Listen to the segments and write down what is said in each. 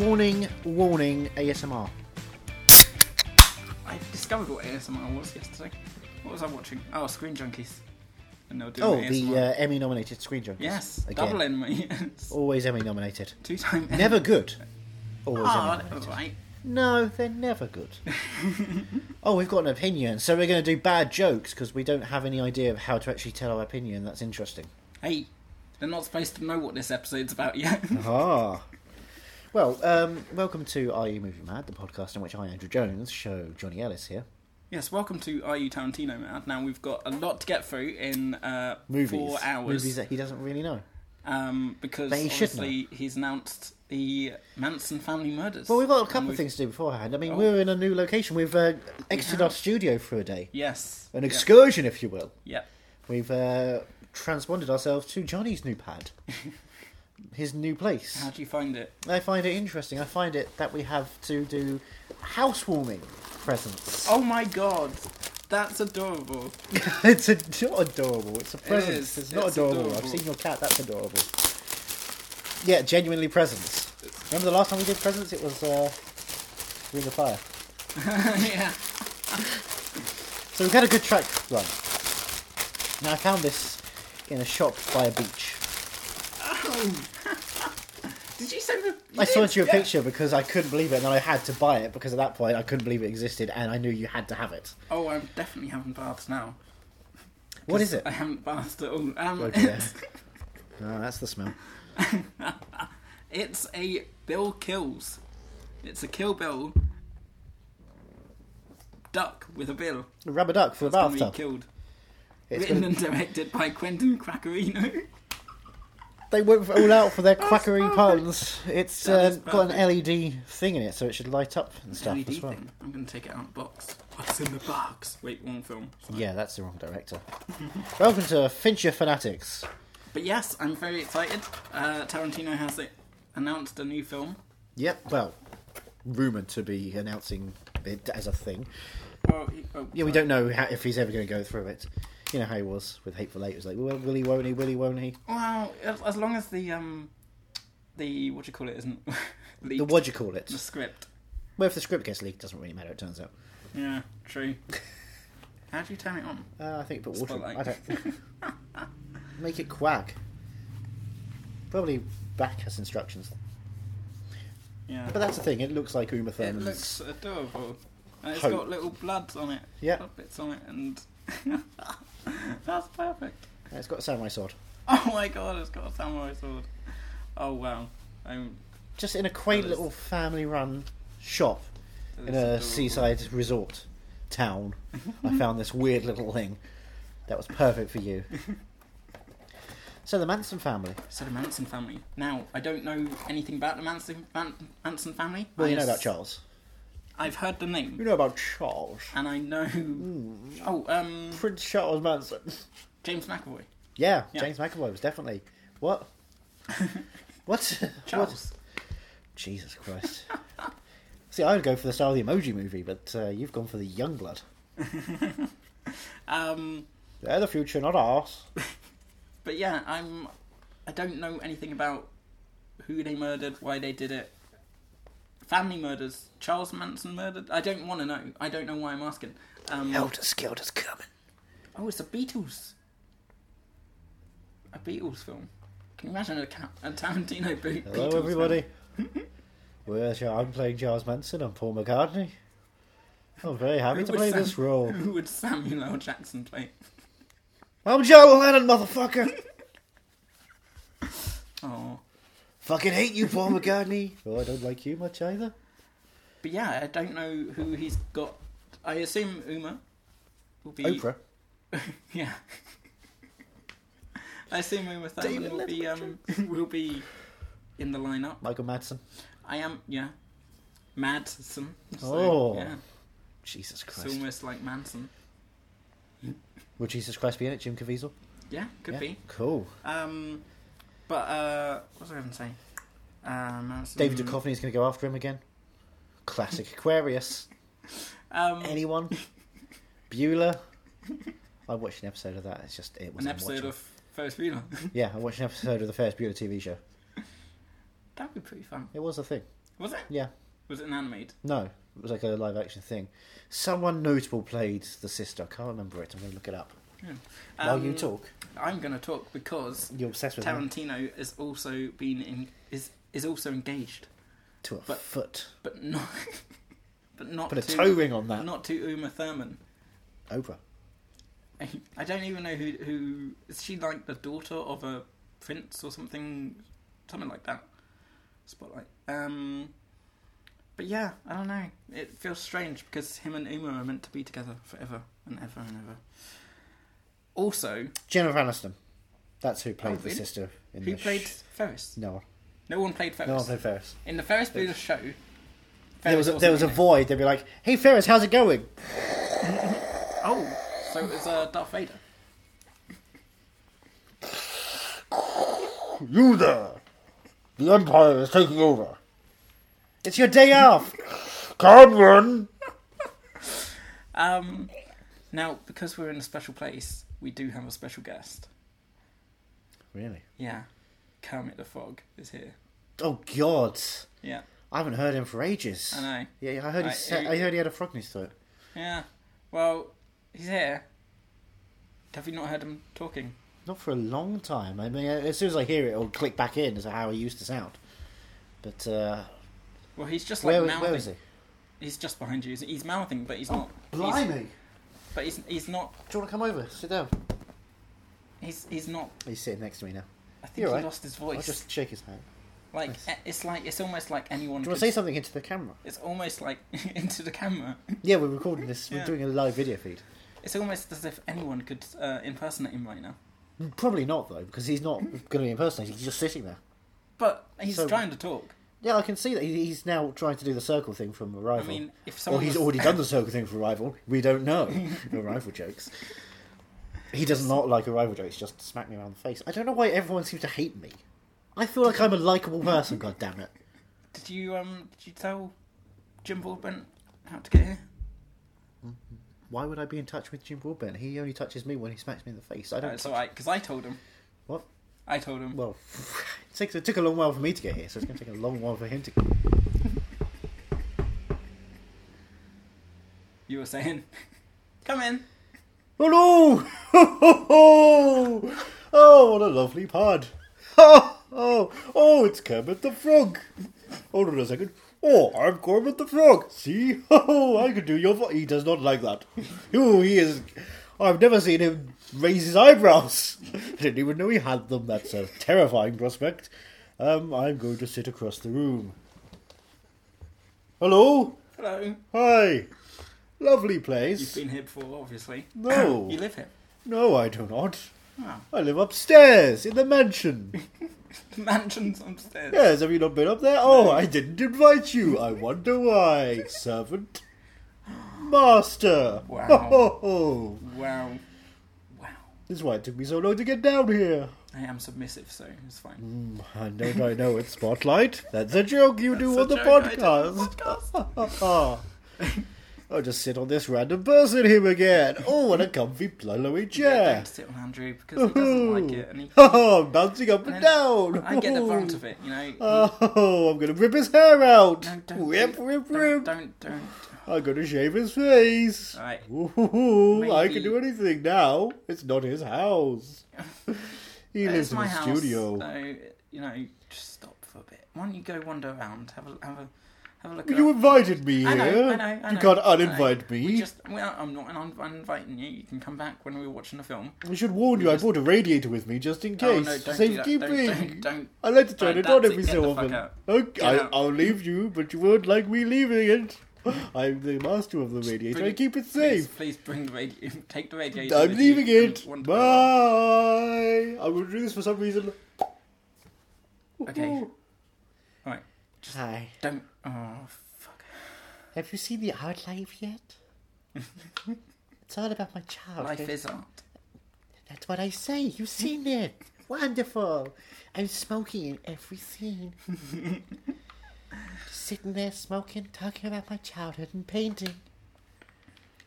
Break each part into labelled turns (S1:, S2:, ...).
S1: warning, warning, ASMR.
S2: I discovered what ASMR was yesterday. What was I watching? Oh, Screen Junkies. And they were doing
S1: Oh,
S2: ASMR.
S1: the uh, Emmy nominated Screen Junkies.
S2: yes,
S1: Again.
S2: double N my yes.
S1: Always Emmy nominated.
S2: Two time N.
S1: Never good.
S2: Oh,
S1: Always Emmy
S2: that
S1: nominated.
S2: was right.
S1: No, they're never good. oh, we've got an opinion, so we're going to do bad jokes because we don't have any idea of how to actually tell our opinion. That's interesting.
S2: Hey, they're not supposed to know what this episode's about yet.
S1: Ah. Well, um, welcome to Are You Movie Mad, the podcast in which I, Andrew Jones, show Johnny Ellis here.
S2: yes, welcome to Are You Tarantino Mad? Now we've got a lot to get through in uh,
S1: Movies.
S2: four hours.
S1: Movies that he doesn't really know.
S2: um, because
S1: But he shouldn't
S2: obviously he's announced the Manson family murders.
S1: Well, we've got a
S2: And
S1: couple of
S2: we've-
S1: things to do beforehand. I mean,
S2: Oh.
S1: we're in a new location. We've uh, exited our studio for a day.
S2: Yes.
S1: An
S2: Yep.
S1: excursion, if you will.
S2: Yep.
S1: We've uh, transponded ourselves to Johnny's new pad. His new place.
S2: How do you find it?
S1: I find it interesting. I find it that we have to do housewarming presents.
S2: Oh my god, that's adorable.
S1: it's a, not adorable. It's a present.
S2: is.
S1: It's not
S2: It's
S1: adorable. I've
S2: adorable.
S1: seen your cat. That's adorable. Yeah, genuinely presents. Remember the last time we did presents? It was uh, Ring of Fire.
S2: yeah.
S1: So we've had a good track run. Now I found this in a shop by a beach.
S2: Did you send the?
S1: I sent
S2: did,
S1: you a
S2: yeah.
S1: picture because I couldn't believe it, and then I had to buy it because at that point I couldn't believe it existed, and I knew you had to have it.
S2: Oh, I'm definitely having baths now.
S1: What is it?
S2: I haven't bathed at all. Um,
S1: Oh, dear.
S2: it's,
S1: Oh, that's the smell.
S2: it's a Bill Kills. It's a Kill Bill duck with a bill.
S1: A rubber duck for a
S2: It's gonna be
S1: bathtub.
S2: killed.
S1: It's
S2: Written
S1: gonna-
S2: and directed by Quentin Quackerino.
S1: They went all out for their quackery
S2: perfect.
S1: puns. It's
S2: That is
S1: uh, got an
S2: perfect.
S1: LED thing in it, so it should light up and stuff
S2: LED
S1: as well.
S2: thing. I'm gonna take it out of the box. What's in the box? Wait, wrong film.
S1: Yeah, that's the wrong director. Welcome to Fincher Fanatics.
S2: But yes, I'm very excited. Uh, Tarantino has it announced a new film.
S1: Yep. Well, rumored to be announcing it as a thing.
S2: Oh, he- oh,
S1: Yeah, we don't know how, if he's ever going to go through it. You know how he was with Hateful Eight. It was like, well, will he, won't he, will he, won't he?
S2: Well, as, as long as the um, the what do you call it isn't
S1: The
S2: leaked, the,
S1: what do you call it?
S2: script.
S1: Well, if the script gets leaked, doesn't really matter. It turns out.
S2: Yeah, true. How do you turn it on?
S1: Uh, I think put water.
S2: Spotlight.
S1: I don't. Make it quack. Probably back has instructions.
S2: Yeah,
S1: But that's the thing. It looks like Uma
S2: it
S1: Thurman's.
S2: looks adorable. And it's
S1: Hope.
S2: got little bloods on it.
S1: Yeah.
S2: blood bits on it, and that's perfect.
S1: It's got a samurai sword.
S2: Oh my god, it's got a samurai sword. Oh Um, wow, I'm
S1: Just in a quaint
S2: That is-
S1: little family-run shop
S2: that
S1: in
S2: is
S1: a
S2: adorable.
S1: seaside resort town. I found this weird little thing that was perfect for you. So the Manson family.
S2: So the Manson family. Now I don't know anything about the Manson Man- Manson family.
S1: Well,
S2: I
S1: you know
S2: s-
S1: about Charles.
S2: I've heard the name.
S1: You know about Charles.
S2: and I know.
S1: Hmm.
S2: Oh, um,
S1: Prince Charles Manson.
S2: James McAvoy.
S1: Yeah,
S2: Yeah.
S1: James McAvoy was definitely. What? what? What?
S2: Charles.
S1: Jesus Christ. See, I would go for the style of the emoji movie, but uh, you've gone for the young blood.
S2: Um,
S1: They're the future, not ours.
S2: but yeah, I'm. I don't know anything about who they murdered, why they did it. Family murders. Charles Manson murdered. I don't want to know. I don't know why I'm asking. Um,
S1: Skelter's coming.
S2: Oh, it's the Beatles. A Beatles film. Can you imagine a, Ca- a Tarantino boot?
S1: Hello,
S2: Beatles
S1: everybody.
S2: Film?
S1: Well, sure, I'm playing Charles Manson. I'm Paul McCartney. I'm very happy
S2: Who
S1: to
S2: would
S1: play
S2: Sam-
S1: this role.
S2: Who would Samuel L. Jackson play?
S1: I'm John Lennon, motherfucker.
S2: Oh.
S1: Fucking hate you, Paul McCartney. Oh, I don't like you much either.
S2: But yeah, I don't know who he's got. I assume Uma will be
S1: Oprah.
S2: Yeah. I assume Uma Thurman
S1: David
S2: will be um will be in the lineup.
S1: Michael Madsen.
S2: I am yeah. Madsen. So,
S1: Oh.
S2: yeah.
S1: Jesus
S2: It's
S1: Christ.
S2: almost like Manson.
S1: Would Jesus Christ be in it? Jim Caviezel?
S2: Yeah, could
S1: Yeah.
S2: be.
S1: Cool.
S2: Um but uh what was I gonna say? Uh, Manson.
S1: David Duchovny's going to go after him again. Classic Aquarius.
S2: Um
S1: Anyone? Bueller. I watched an episode of that. It's just it was
S2: an episode
S1: unwatchable.
S2: of First Viewer.
S1: yeah. I watched an episode of the first Bueller TV show.
S2: That'd be pretty fun.
S1: It was a thing.
S2: Was it?
S1: Yeah.
S2: Was it an animated?
S1: No, it was like a live action thing. Someone notable played the sister. I can't remember it. I'm going to look it up. While you
S2: Um,
S1: talk,
S2: I'm going to talk because
S1: you're obsessed with them
S2: Tarantino has also been in is is also engaged,
S1: to a
S2: but-
S1: foot.
S2: but not but not
S1: Put a
S2: to,
S1: toe ring on that.
S2: not to Uma Thurman.
S1: Oprah.
S2: I, I don't even know who who is she like the daughter of a prince or something something like that. Spotlight. Um but yeah, I don't know. It feels strange because him and Uma are meant to be together forever and ever and ever. Also,
S1: Jennifer Aniston. That's who played
S2: Oh,
S1: the
S2: really?
S1: sister in
S2: who
S1: the
S2: played
S1: sh-
S2: Ferris?
S1: no one.
S2: No one played Ferris.
S1: No one played Ferris.
S2: In the Ferris Bueller's show, Ferris
S1: There was a,
S2: wasn't
S1: there was a
S2: in it.
S1: void. They'd be like, "Hey Ferris, how's it going?"
S2: Oh, so it was uh, Darth Vader.
S1: You there? The Empire is taking over. It's your day off. Come on.
S2: Um, now because we're in a special place, we do have a special guest.
S1: Really?
S2: Yeah, Kermit the Frog is here.
S1: Oh God,
S2: Yeah,
S1: I haven't heard him for ages.
S2: I know.
S1: Yeah, I heard he
S2: I-
S1: said,
S2: he-
S1: I heard he had a frog in his throat.
S2: Yeah, well, he's here. Have you not heard him talking?
S1: Not for a long time. I mean, as soon as I hear it, it'll click back in as how he used to sound. But uh,
S2: Well, he's just like
S1: where,
S2: mouthing.
S1: where is he?
S2: He's just behind you. He's mouthing, but he's not. He's,
S1: Blimey!
S2: but he's he's not.
S1: Do you want to come over? Sit down.
S2: He's he's not.
S1: He's sitting next to me now.
S2: I think
S1: You're
S2: he
S1: right.
S2: lost his
S1: I'll
S2: voice.
S1: just shake his hand.
S2: like
S1: nice.
S2: eh, it's like it's almost like anyone.
S1: Do you want to
S2: could-
S1: say something into the camera?
S2: It's almost like into the camera.
S1: Yeah, we're recording this. We're
S2: Yeah.
S1: doing a live video feed.
S2: It's almost as if anyone could uh, impersonate him right now.
S1: Probably not though, because he's not going to be impersonating. He's just sitting there.
S2: But he's
S1: So-
S2: trying to talk.
S1: Yeah, I can see that he- he's now trying to do the circle thing from
S2: I
S1: Arrival.
S2: mean, if
S1: or
S2: someone
S1: he's
S2: was-
S1: already done the circle thing for Arrival. We don't know. Arrival jokes. He does not like Arrival jokes. Just smack me around the face. I don't know why everyone seems to hate me. I feel like I'm a likable person. God damn it!
S2: Did you um? Did you tell Jim Broadbent how to get here?
S1: Why would I be in touch with Jim Broadbent? He only touches me when he smacks me in the face. I
S2: No,
S1: don't.
S2: it's alright because I told him.
S1: What?
S2: I told him.
S1: Well, it, takes, it took a long while for me to get here, so it's going to take a long while for him to.
S2: You were saying, come in.
S1: Oh no! oh, what a lovely pod! Oh, oh, oh, it's Kermit the Frog! Hold on a second. Oh, I'm Kermit the Frog! See? Oh, I can do your voice. He does not like that. Oh, he is. I've never seen him raise his eyebrows. Didn't even know he had them. That's a terrifying prospect. Um, I'm going to sit across the room. Hello?
S2: Hello.
S1: Hi. Lovely
S2: You've
S1: place.
S2: been here before, obviously.
S1: No.
S2: you live here.
S1: No, I do not.
S2: Oh.
S1: I live upstairs in the mansion.
S2: The mansion's upstairs.
S1: Yes, have you not been up there? Oh, I didn't invite you. I wonder why, servant. Master.
S2: Wow.
S1: Ho, ho, ho.
S2: Wow. Wow.
S1: This is why it took me so long to get down here.
S2: I am submissive, so it's fine.
S1: Mm, I know, I know, it's Spotlight. That's a joke you do
S2: That's
S1: on the,
S2: a joke I do on the
S1: podcast. I'll just sit on this random person here again. Oh, what a comfy, pillowy
S2: Don't
S1: chair.
S2: sit on Andrew because he doesn't like it, and he.
S1: Oh, I'm bouncing up and
S2: And
S1: down.
S2: I get the brunt
S1: Ooh.
S2: of it, you know. He-
S1: Oh, I'm gonna rip his hair out.
S2: No, don't.
S1: rip,
S2: do-
S1: rip,
S2: don't,
S1: rip.
S2: Don't, don't.
S1: I'm gonna shave his face.
S2: Alright.
S1: Ooh, I can
S2: Maybe-
S1: do anything now. It's not his house. He lives
S2: It's
S1: in
S2: my
S1: a
S2: house. Uh,
S1: studio.
S2: So, you know, just stop for a bit. Why don't you go wander around? Have a, have a, have a look
S1: You
S2: around.
S1: invited me here.
S2: I know, I know, I
S1: you
S2: know,
S1: can't
S2: I know.
S1: uninvite me.
S2: We just, we are, I'm not un- uninviting you. You can come back when we were watching the film.
S1: I should warn you, I brought a radiator with me just in
S2: Oh,
S1: case.
S2: no, don't do that.
S1: Safekeeping.
S2: Don't, don't, don't.
S1: I like to turn
S2: Right,
S1: it on
S2: that's
S1: every
S2: it. Get
S1: so
S2: the
S1: often.
S2: fuck out.
S1: Okay,
S2: Get
S1: I,
S2: out.
S1: I'll leave you, but you won't like me leaving it. I'm the master of the radiator.
S2: bring
S1: I keep it
S2: Please,
S1: safe.
S2: please bring the radio. Take the radiator.
S1: I'm
S2: with
S1: leaving
S2: you and
S1: it.
S2: wander around.
S1: Bye. I will do this for some reason.
S2: Okay. Right.
S1: Hi.
S2: Don't. Oh, fuck.
S1: Have you seen the art life yet? it's all about my child.
S2: Life is art.
S1: That's what I say. You've seen it. Wonderful. I'm smoking in every scene. Just sitting there smoking, talking about my childhood and painting.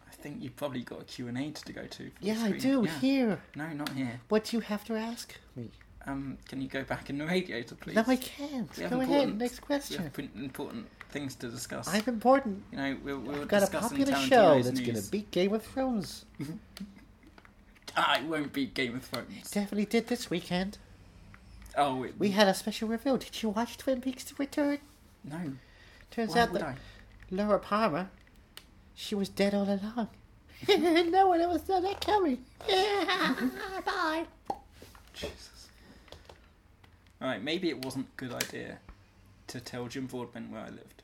S2: I think you've probably got a Q&A to go to. for the
S1: Yeah, I
S2: screen.
S1: do.
S2: Yeah.
S1: Here.
S2: No, not here.
S1: What do you have to ask me?
S2: Um, can you go back in the radiator, please?
S1: No, I can't.
S2: We have
S1: Go ahead.
S2: important-
S1: Next
S2: We
S1: question.
S2: have pr- important things to discuss.
S1: I'm important.
S2: you know, we're, we're
S1: I've got a
S2: discussing
S1: popular
S2: Tarantino's
S1: show that's
S2: news.
S1: going to beat Game of Thrones.
S2: Ah, it won't beat Game of Thrones.
S1: Definitely did this weekend.
S2: Oh, it,
S1: We had a special reveal. Did you watch Twin Peaks: The Return?
S2: no.
S1: Turns
S2: Why
S1: out
S2: would
S1: that
S2: I?
S1: Laura Palmer, she was dead all along. no one ever saw that coming. Bye.
S2: Jesus. All right, maybe it wasn't a good idea to tell Jim Broadbent where I lived.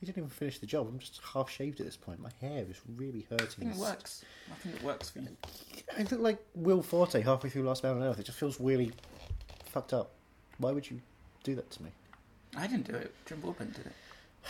S1: You didn't even finish the job. I'm just half shaved at this point. My hair is really hurting.
S2: Nothing works. Nothing that works for you.
S1: I look like Will Forte halfway through Last Man on Earth. It just feels really fucked up. Why would you do that to me?
S2: I didn't do it. Jim Broadbent did it.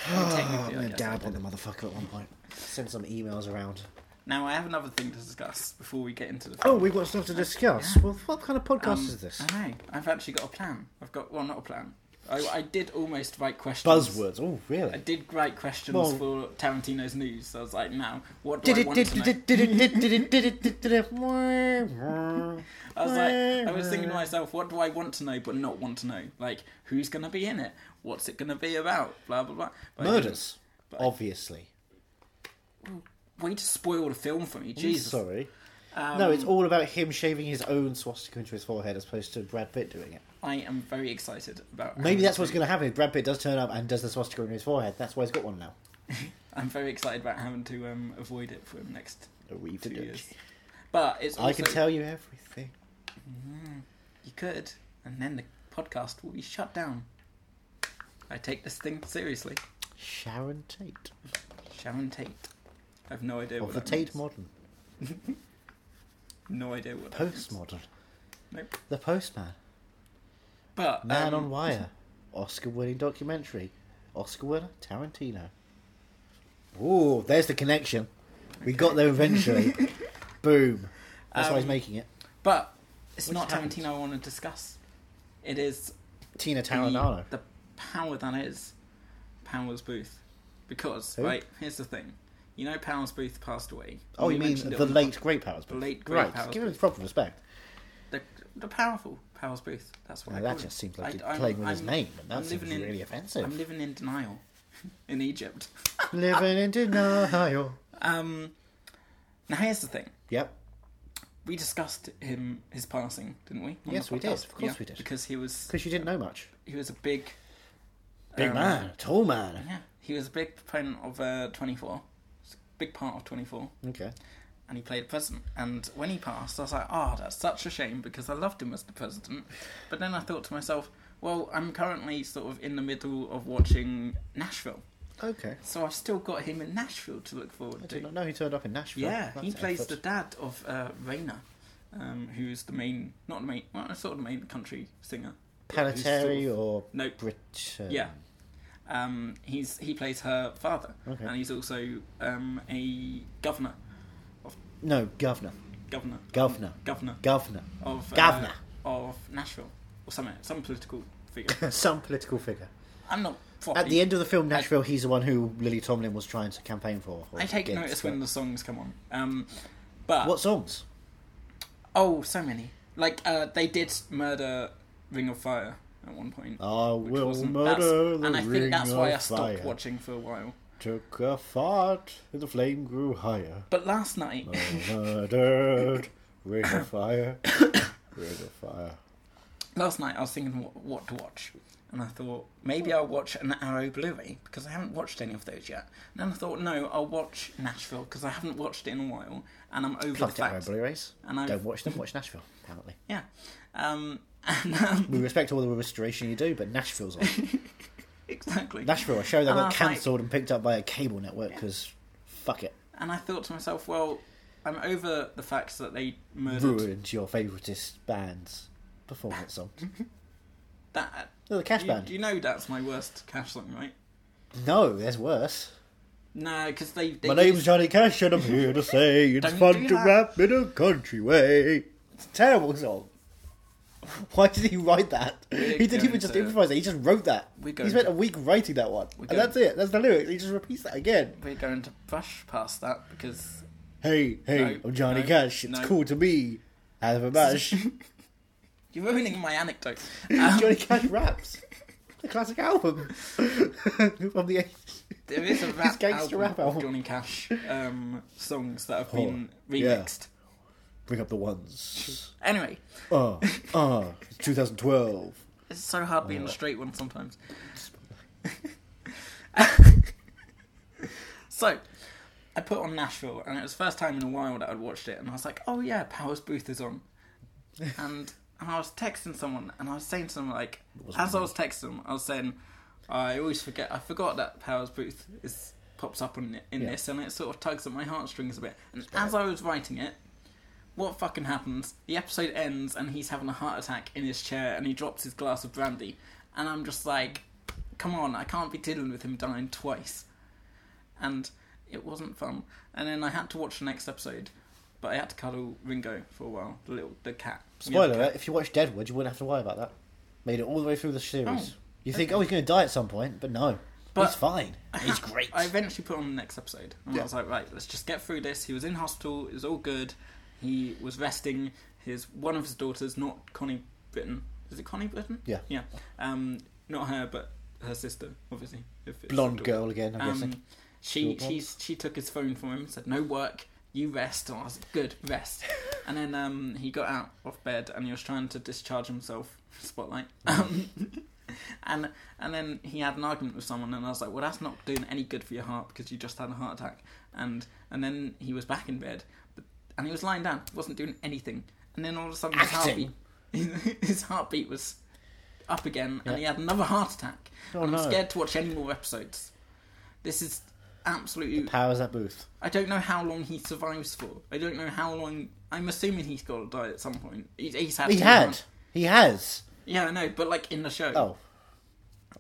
S2: I mean, technically, I
S1: I'm gonna
S2: guess I
S1: dab
S2: did
S1: on the
S2: it.
S1: motherfucker at one point. Send some emails around.
S2: Now I have another thing to discuss before we get into the.
S1: Oh, we've got stuff to discuss.
S2: Yeah.
S1: Well, what kind of podcast
S2: Um,
S1: is this?
S2: I know. I've actually got a plan. I've got well, not a plan. I, I did almost write questions.
S1: Buzzwords. Oh,
S2: I
S1: really?
S2: did write questions
S1: Well-
S2: for Tarantino's news. So I was like, now what do
S1: Did
S2: I
S1: it?
S2: want
S1: Did
S2: to know?
S1: it? Did it? Did it? Did it? Did it?
S2: I was like, I was thinking to myself, what do I want to know but not want to know? Like, who's going to be in it? What's it going to be about? Blah blah blah. But I didn't.
S1: Murders, obviously.
S2: Way to spoil the film for me, Jesus. Um,
S1: Sorry. no, it's all about him shaving his own swastika into his forehead as opposed to Brad Pitt doing it.
S2: I am very excited about.
S1: Maybe that's what's going to happen if Brad Pitt does turn up and does the swastika into his forehead. That's why he's got one now.
S2: I'm very excited about having to um, avoid it for the next
S1: Reeve
S2: two
S1: did it.
S2: years. But it's also,
S1: I can tell you everything.
S2: you could, and then the podcast will be shut down. I take this thing seriously.
S1: Sharon Tate
S2: Sharon Tate. I have no idea
S1: of
S2: what
S1: the
S2: that
S1: Tate
S2: means.
S1: Modern,
S2: No idea what. that means.
S1: Postmodern,
S2: Nope.
S1: The Postman,
S2: But
S1: Man
S2: um,
S1: on Wire, Oscar-winning documentary, Oscar winner Tarantino. Ooh, there's the connection. We got there eventually. Boom. That's why he's
S2: Um,
S1: making it.
S2: But it's
S1: Which
S2: not
S1: happened?
S2: Tarantino I want to discuss. It is
S1: Tina
S2: the,
S1: Tarantino.
S2: the power that is Powers Booth. Because,
S1: Who?
S2: right, here's the thing. You know Powers Booth passed away.
S1: Oh,
S2: We
S1: you mean
S2: mentioned it
S1: the
S2: on
S1: late Great Powers Booth?
S2: late Great
S1: right.
S2: Powers
S1: Give him
S2: Booth.
S1: proper respect.
S2: The, the powerful Powers Booth. That's what
S1: Now,
S2: I
S1: that
S2: call
S1: just
S2: it.
S1: seems like you're
S2: I- I'm-
S1: playing with his
S2: I'm-
S1: name, and that
S2: I'm
S1: seems
S2: living in-
S1: really offensive.
S2: I'm living in denial in Egypt.
S1: Living in denial.
S2: Um, now, here's the thing.
S1: Yep.
S2: We discussed him his passing, didn't we? on
S1: Yes,
S2: the
S1: we did.
S2: podcast?
S1: Of course we did.
S2: Because he was
S1: Because you didn't know much.
S2: he was a big
S1: Big
S2: um,
S1: man, tall man.
S2: Yeah, he was a big proponent of uh, 24. It's a big part of 24.
S1: Okay.
S2: And he played the president. And when he passed, I was like, oh, that's such a shame because I loved him as the president. But then I thought to myself, well, I'm currently sort of in the middle of watching Nashville.
S1: Okay.
S2: So I've still got him in Nashville to look forward
S1: I
S2: to.
S1: did not know he turned up in Nashville.
S2: Yeah, he
S1: That's
S2: plays
S1: effort.
S2: the dad of uh, Raina, um, who's the main, not the main, well, sort of the main country singer. Who's sort
S1: Panettiere
S2: of-
S1: or
S2: No,
S1: Britain.
S2: Yeah. Um, he's he plays her father,
S1: Okay.
S2: and he's also um, a governor,
S1: No, governor.
S2: governor,
S1: Governor.
S2: governor
S1: Governor.
S2: of uh,
S1: Governor.
S2: of Nashville or something, some political figure.
S1: Some political figure.
S2: I'm not properly.
S1: At the end of the film, Nashville, he's the one who Lily Tomlin was trying to campaign for. or
S2: I take
S1: against,
S2: notice
S1: but-
S2: when the songs come on. Um, but
S1: What songs?
S2: oh, so many. Like uh, they did murder Ring of Fire at one point.
S1: I
S2: which
S1: will
S2: wasn't-
S1: Oh, murder
S2: that's-
S1: the
S2: and I think that's
S1: ring
S2: why
S1: of
S2: I stopped
S1: fire.
S2: watching for a while.
S1: Took a fart, and the flame grew higher.
S2: But last night,
S1: Murdered, ring of fire, ring of fire.
S2: last night I was thinking what, what to watch, and I thought maybe I'll watch an Arrow Blu-ray because I haven't watched any of those yet. And then I thought no, I'll watch Nashville because I haven't watched it in a while, and I'm over
S1: Plucked
S2: the
S1: out my
S2: fact.
S1: Blu-rays.
S2: And I've-
S1: Don't watch them. Watch Nashville. Apparently,
S2: Yeah, um, and um,
S1: we respect all the restoration you do, but Nashville's on.
S2: exactly.
S1: Nashville, a show that
S2: And I
S1: got
S2: was like-
S1: cancelled and picked up by a cable network because fuck it,
S2: And I thought to myself, well, I'm over the fact that they murdered
S1: ruined your favoritist band's performance song.
S2: that.
S1: No, the Cash
S2: you,
S1: Band.
S2: you know that's my worst Cash song, right?
S1: No, there's worse.
S2: No, because they. they
S1: My
S2: did-
S1: name's Johnny Cash, and I'm here to say it's
S2: Don't
S1: fun
S2: do
S1: to
S2: that.
S1: rap in a country way. It's a terrible song. Why did he write that?
S2: We're
S1: he didn't even
S2: going
S1: just
S2: to-
S1: improvise it. He just wrote that.
S2: We're
S1: He
S2: going
S1: spent
S2: to-
S1: a week writing that one,
S2: We're
S1: and
S2: going-
S1: that's it. That's the lyrics. He just repeats that again.
S2: We're going to brush past that because
S1: Hey, hey,
S2: No,
S1: I'm Johnny
S2: no,
S1: Cash. It's
S2: no.
S1: cool to be. Have a bash.
S2: You're ruining my anecdote.
S1: Johnny
S2: Um,
S1: Cash raps. The classic album from the 80s.
S2: there is a
S1: His
S2: rap
S1: gangster
S2: album,
S1: rap album.
S2: of Johnny Cash um, songs that have
S1: Oh,
S2: been
S1: yeah.
S2: remixed.
S1: Bring up the ones.
S2: Anyway,
S1: Ah, ah, it's 2012.
S2: it's so hard being a straight one sometimes. so, I put on Nashville, and it was the first time in a while that I'd watched it, and I was like, oh yeah, Powers Booth is on. And, and I was texting someone, and I was saying to them, like, as I was texting them, I was saying, I always forget, I forgot that Powers Booth is pops up on, in
S1: Yeah.
S2: this, and it sort of tugs at my heartstrings a bit. And as I was writing it, what fucking happens? The episode ends and he's having a heart attack in his chair and he drops his glass of brandy. And I'm just like, come on, I can't be dealing with him dying twice. And it wasn't fun. And then I had to watch the next episode, but I had to cuddle Ringo for a while, the little the cat. the
S1: Spoiler
S2: other cat.
S1: alert, if you watch Deadwood, you wouldn't have to worry about that. Made it all the way through the series.
S2: Oh,
S1: you think, oh, he's going to die at some point, but no.
S2: But-
S1: he's fine. He's great.
S2: I eventually put on the next episode, and I was like, right, let's just get through this. He was in hospital; it was all good. He was resting. His one of his daughters, not Connie Britton, is it Connie Britton?
S1: Yeah.
S2: yeah. Um, not her, but her sister, obviously. If it's
S1: Blonde
S2: a daughter.
S1: girl again, I'm guessing.
S2: Um, she
S1: Blonde.
S2: she she took his phone from him, said, "No work, you rest." And I was like, "Good, rest." and then um, he got out of bed and he was trying to discharge himself. Spotlight. Um, and and then he had an argument with someone, and I was like, "Well, that's not doing any good for your heart because you just had a heart attack." And and then he was back in bed, but, and he was lying down, wasn't doing anything. And then all of a sudden, his
S1: Acting.
S2: heartbeat his heartbeat was up again, and
S1: Yeah.
S2: he had another heart attack.
S1: Oh,
S2: and I'm
S1: no.
S2: scared to watch any more episodes. This is absolutely.
S1: Powers that booth.
S2: I don't know how long he survives for. I don't know how long. I'm assuming he's got to die at some point. He's, he's had.
S1: He
S2: two
S1: had.
S2: heart-
S1: He has.
S2: Yeah, I know, but like in the show.
S1: Oh.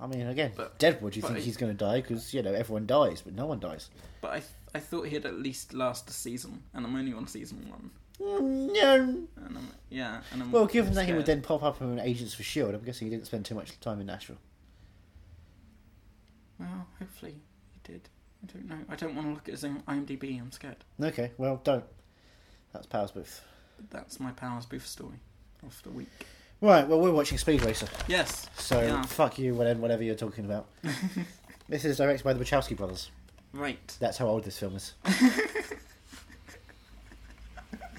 S1: I mean, again,
S2: But-
S1: Deadwood, you
S2: but
S1: think
S2: he-
S1: he's going to die because, you know, everyone dies, but no one dies.
S2: But I, I thought he'd at least last a season, and I'm only on season one.
S1: Mm, no.
S2: And I'm yeah, and I'm.
S1: Well, given that he would
S2: scared.
S1: then pop up in Agents for S.H.I.E.L.D., E I'm guessing he didn't spend too much time in Nashville.
S2: Well, hopefully he did. I don't know. I don't want to look at his IMDb. I'm scared.
S1: Okay, well, don't. That's Powers Booth.
S2: But that's my Powers Booth story of the week.
S1: Right, well, we're watching Speed Racer,
S2: Yes.
S1: so
S2: Yeah.
S1: fuck you, whatever, whatever you're talking about. this is directed by the Wachowski brothers.
S2: Right.
S1: That's how old this film is.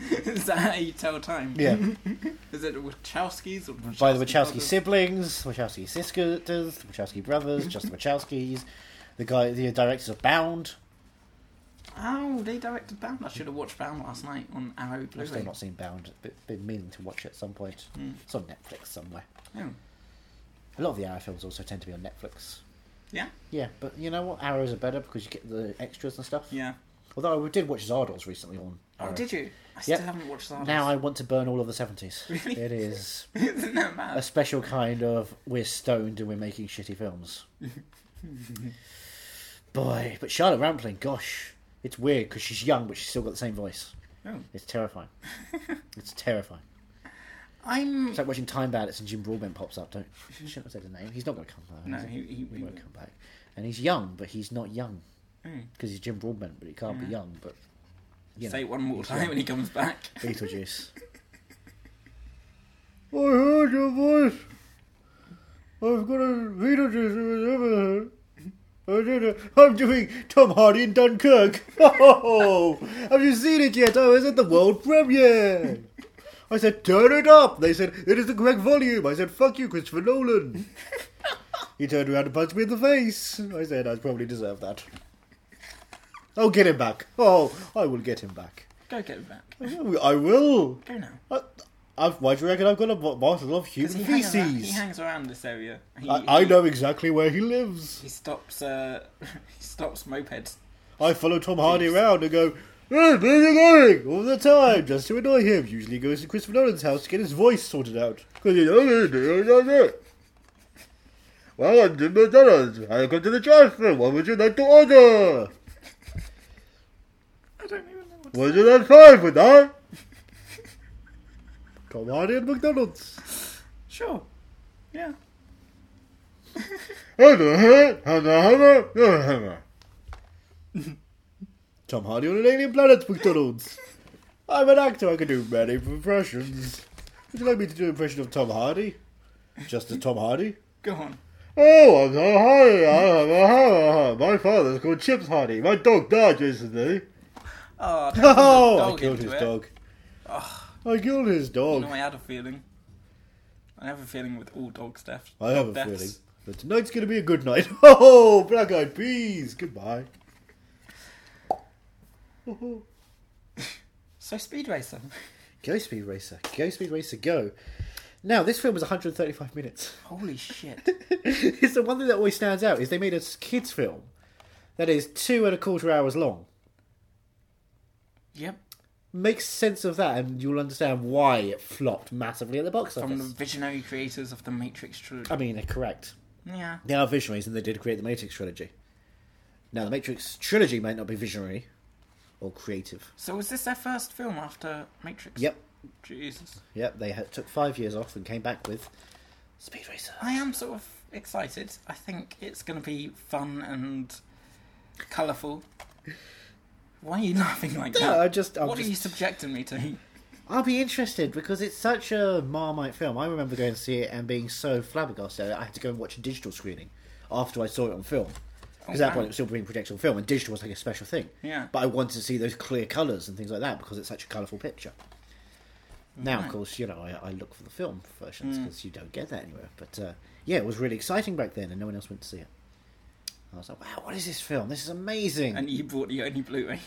S2: Is that how you tell time?
S1: Yeah,
S2: Is it the Wachowskis or
S1: by the Wachowski
S2: brothers?
S1: siblings, Wachowski sisters, the Wachowski brothers, just the Wachowskis, the guy, the directors of Bound.
S2: Oh, they directed Bound. I should have watched Bound last night on Arrow Blu.
S1: I've still not seen Bound, but been meaning to watch it at some point. It's on Netflix somewhere.
S2: Oh.
S1: A lot of the Arrow films also tend to be on Netflix.
S2: Yeah.
S1: Yeah, but you know what? Arrows are better because you get the extras and stuff.
S2: Yeah.
S1: Although I did watch Zardos recently on.
S2: Oh,
S1: Arrow.
S2: did you? I still
S1: Yep.
S2: haven't watched that.
S1: Now I want to burn all of the 70s.
S2: Really? Uh.
S1: It is
S2: Isn't that
S1: a
S2: mad?
S1: special kind of we're stoned and we're making shitty films. Boy, but Charlotte Rampling, gosh, it's weird because she's young but she's still got the same voice.
S2: Oh.
S1: It's terrifying. it's terrifying.
S2: I'm.
S1: It's like watching Time Bandits and Jim Broadbent pops up. Don't I shouldn't have said his name. He's not going to come back.
S2: No,
S1: is
S2: he- he- he
S1: won't come back. And he's young, but he's not young because he's Jim Broadbent, but he can't be young. But you
S2: Say
S1: know,
S2: it one more time when he comes back.
S1: Beetlejuice.
S3: I heard your voice. I've got a veto disease. I did it. I'm doing Tom Hardy in Dunkirk. Oh, have you seen it yet? I was at the world premiere. I said, turn it up. They said, it is the correct volume. I said, fuck you, Christopher Nolan. he turned around and punched me in the face. I said, I probably deserve that. I'll get him back. Oh, I will get him back.
S2: Go get him back.
S3: I will.
S2: Go now.
S3: I, Uh, I've, why do you reckon I've got a bo- bottle of
S2: 'Cause
S3: human
S2: He, hangs around, he
S3: feces?
S2: hangs around this area. He,
S3: I, I
S2: he-
S3: know exactly where he lives.
S2: He stops. Uh, he stops mopeds.
S3: I follow Tom Hardy around and go, hey, where are you going? All the time, just to annoy him. Usually he goes to Christopher Nolan's house to get his voice sorted out. 'Cause he- "Oh, Well, I'm Jim McDonald's. I come to the bathroom. What would you like to order?
S2: I don't even know what.
S3: Was it that time for that? Tom Hardy at McDonald's.
S2: Sure. Yeah.
S3: And a hammer, and a hammer, and a hammer. Tom Hardy on an alien planet, McDonald's. I'm an actor, I can do many professions. Would you like me to do an impression of Tom Hardy? Just as Tom Hardy?
S2: Go on.
S3: Oh, I'm Tom Hardy. I'm a Hardy. My father's called Chips Hardy. My dog died recently.
S2: Oh, don't put the
S3: Oh,
S2: dog
S3: I killed
S2: into
S3: his
S2: it.
S3: dog. I killed his dog.
S2: No, I had a feeling. I have a feeling with all dog stuff.
S3: I have a
S2: dog
S3: feeling
S2: deaths.
S3: that tonight's going to be a good night. Oh, black eyed peas. Goodbye.
S2: So Speed Racer.
S1: Go Speed Racer, go Speed Racer, go. Now, this film was 135 minutes.
S2: Holy shit.
S1: it's the one thing that always stands out is they made a kids film that is two and a quarter hours long.
S2: yep.
S1: Make sense of that, and you'll understand why it flopped massively at the box
S2: From the
S1: office.
S2: visionary creators of the Matrix trilogy.
S1: I mean, they're correct.
S2: yeah.
S1: They are visionaries, and they did create the Matrix trilogy. Now, the Matrix trilogy might not be visionary or creative.
S2: So was this their first film after Matrix?
S1: Yep,
S2: Jesus.
S1: yep. They had, took five years off and came back with Speed Racer.
S2: I am sort of excited. I think it's going to be fun and colourful. Why are you laughing like
S1: No,
S2: that?
S1: I just- I'm
S2: what
S1: just-
S2: are you subjecting me to?
S1: I'll be interested because it's such a Marmite film. I remember going to see it and being so flabbergasted. I had to go and watch a digital screening after I saw it on film. Because at that
S2: Oh, wow.
S1: point it was still being projected on film, and digital was like a special thing.
S2: Yeah.
S1: But I wanted to see those clear colours and things like that because it's such a colourful picture. Now, of
S2: Oh, Right. Mm.
S1: course, you know I, I look for the film versions because you don't get that anywhere. But uh, yeah, it was really exciting back then, and no one else went to see it. I was like, "Wow, what is this film? This is amazing!"
S2: And you brought the only Blu-ray.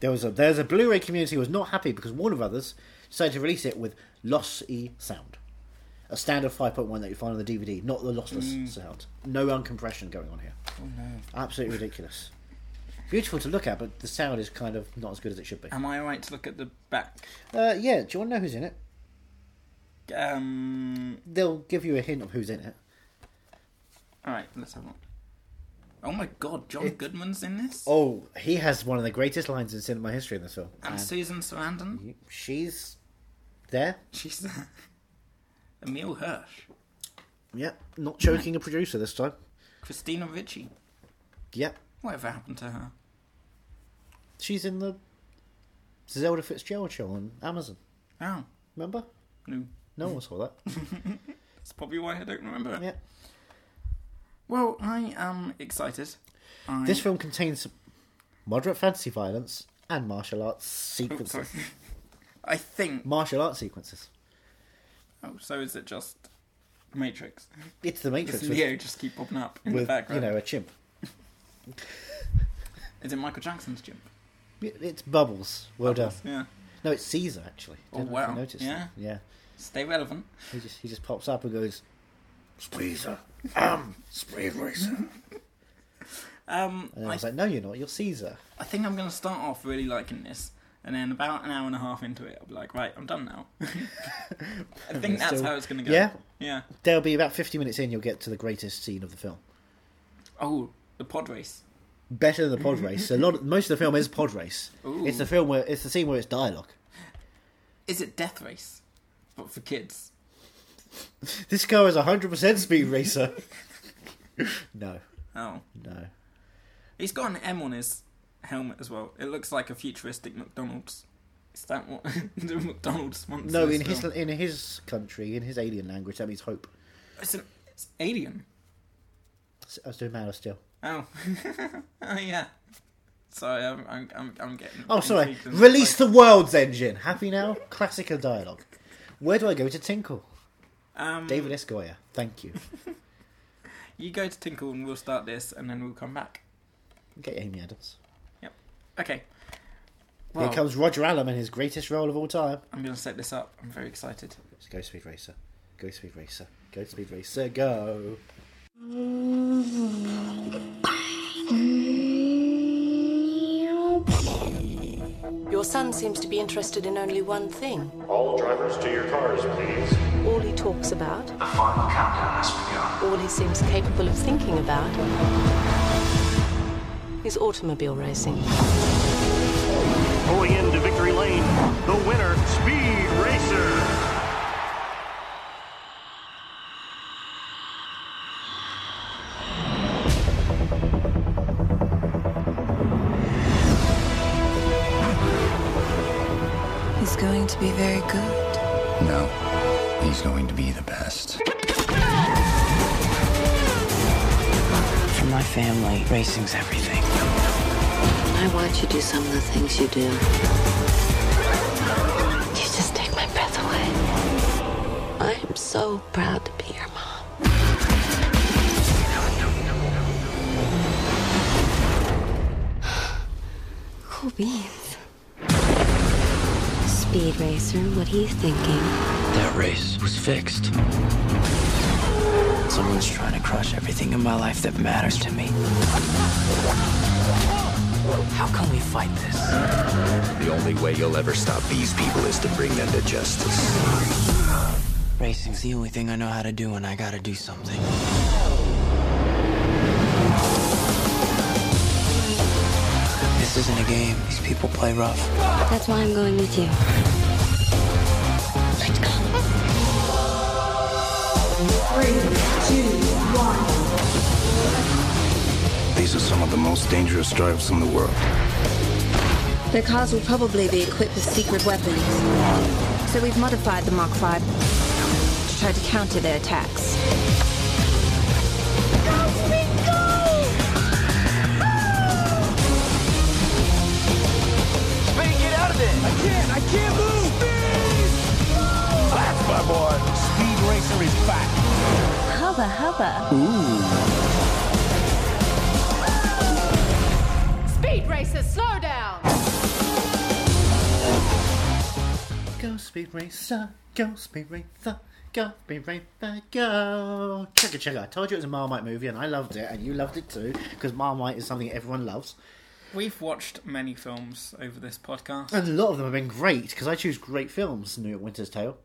S1: There was a there's a Blu-ray community who was not happy because Warner Brothers decided to release it with lossy sound, a standard 5.1 that you find on the DVD, not the lossless sound. No uncompression going on here.
S2: Mm. Oh no.
S1: Absolutely ridiculous. Beautiful to look at, but the sound is kind of not as good as it should be.
S2: Am I right to look at the back?
S1: Uh, yeah, do you want to know who's in it?
S2: Um.
S1: They'll give you a hint of who's in it.
S2: All right. Let's have a look. Oh my God, John Goodman's in this,
S1: Oh, he has one of the greatest lines in cinema history in this film.
S2: and Susan Sarandon.
S1: And she's there.
S2: She's there. Emil Hirsch,
S1: Yep,
S2: Mm.
S1: not choking a producer this time.
S2: Christina Ricci.
S1: Yep,
S2: Whatever happened to her?
S1: she's in the Zelda Fitzgerald show on Amazon.
S2: Oh
S1: Remember?
S2: no,
S1: No one saw that.
S2: that's probably why I don't remember it.
S1: Yeah.
S2: Well, I am excited. I...
S1: This film contains moderate fantasy violence and martial arts sequences.
S2: Oh, Sorry. I think.
S1: martial arts sequences.
S2: Oh, so is it just Matrix?
S1: It's the Matrix
S2: Does
S1: with,
S2: Leo just keep popping up in the
S1: with you
S2: background?
S1: know a chimp.
S2: Is it Michael Jackson's gym?
S1: It- It's Bubbles. Well done.
S2: Yeah.
S1: No, it's Caesar actually.
S2: Oh,
S1: Didn't
S2: wow.
S1: notice
S2: Yeah.
S1: Yeah.
S2: Stay relevant.
S1: He just he just pops up and goes. Caesar.
S3: Speed Racer.
S2: Um,
S1: And I
S2: I,
S1: was like, no, you're not. You're Caesar.
S2: I think I'm going to start off really liking this, and then about an hour and a half into it, I'll be like, right, I'm done now. I think that's
S1: Still-
S2: how it's going to go.
S1: Yeah.
S2: Yeah.
S1: There'll be about 50 minutes in. You'll get to the greatest scene of the film.
S2: Oh, the pod race.
S1: Better than the pod race. A lot. Of, most of the film is pod race.
S2: Ooh.
S1: It's the film where it's the scene where it's dialogue.
S2: Is it Death Race, but for kids?
S1: This car is a hundred percent speed racer. no,
S2: Oh,
S1: no.
S2: he's got an M on his helmet as well. It looks like a futuristic McDonald's. Is that what the McDonald's wants?
S1: No,
S2: this
S1: in his
S2: film?
S1: in his country, in his alien language, that means hope.
S2: it's an it's alien.
S1: I was doing Mauer still.
S2: Oh, oh yeah. Sorry, I'm I'm I'm, I'm getting.
S1: Oh, sorry.
S2: intrigued and-
S1: Release the world's engine. Happy now? Classic and dialogue. Where do I go to Tinkle?
S2: Um,
S1: David S. Goya. Thank you.
S2: You go to Tinkle and we'll start this, and then we'll come back.
S1: Get Amy Adams.
S2: Okay. Well,
S1: Here comes Roger Allam in his greatest role of all time.
S2: I'm going to set this up. I'm very excited.
S1: Let's go Speed Racer. Go Speed Racer. Go Speed Racer. Go.
S4: Your son seems to be interested in only one thing.
S5: All drivers to your cars, please.
S4: All he talks about,
S6: The final countdown has begun.
S4: all he seems capable of thinking about, is automobile racing.
S5: Pulling into victory lane, the winner, Speed Racer.
S7: is going to be very good. No, he's going to be the best.
S8: For my family, racing's everything.
S9: I watch you do some of the things you do. You just take my breath away. I'm so proud to be your mom. Cool beans. Speed racer, what are you thinking?
S7: That race was fixed.
S8: Someone's trying to crush everything in my life that matters to me. How can we fight this?
S7: The only way you'll ever stop these people is to bring them to justice.
S8: Racing's the only thing I know how to do, and I gotta do something. This isn't a game. These people play rough.
S9: That's why I'm going with you. Let's go.
S7: These are some of the most dangerous drives in the world.
S10: Their cars will probably be equipped with secret weapons. So we've modified the Mark V to try to counter their attacks. Hover, hover.
S11: Speed racer, slow down!
S1: Go speed racer, go speed racer, go speed racer, go. Chugga chugga. I told you it was a Marmite movie and I loved it and you loved it too because Marmite is something everyone loves.
S2: We've watched many films over this podcast.
S1: And a lot of them have been great because I choose great films. New York Winter's Tale.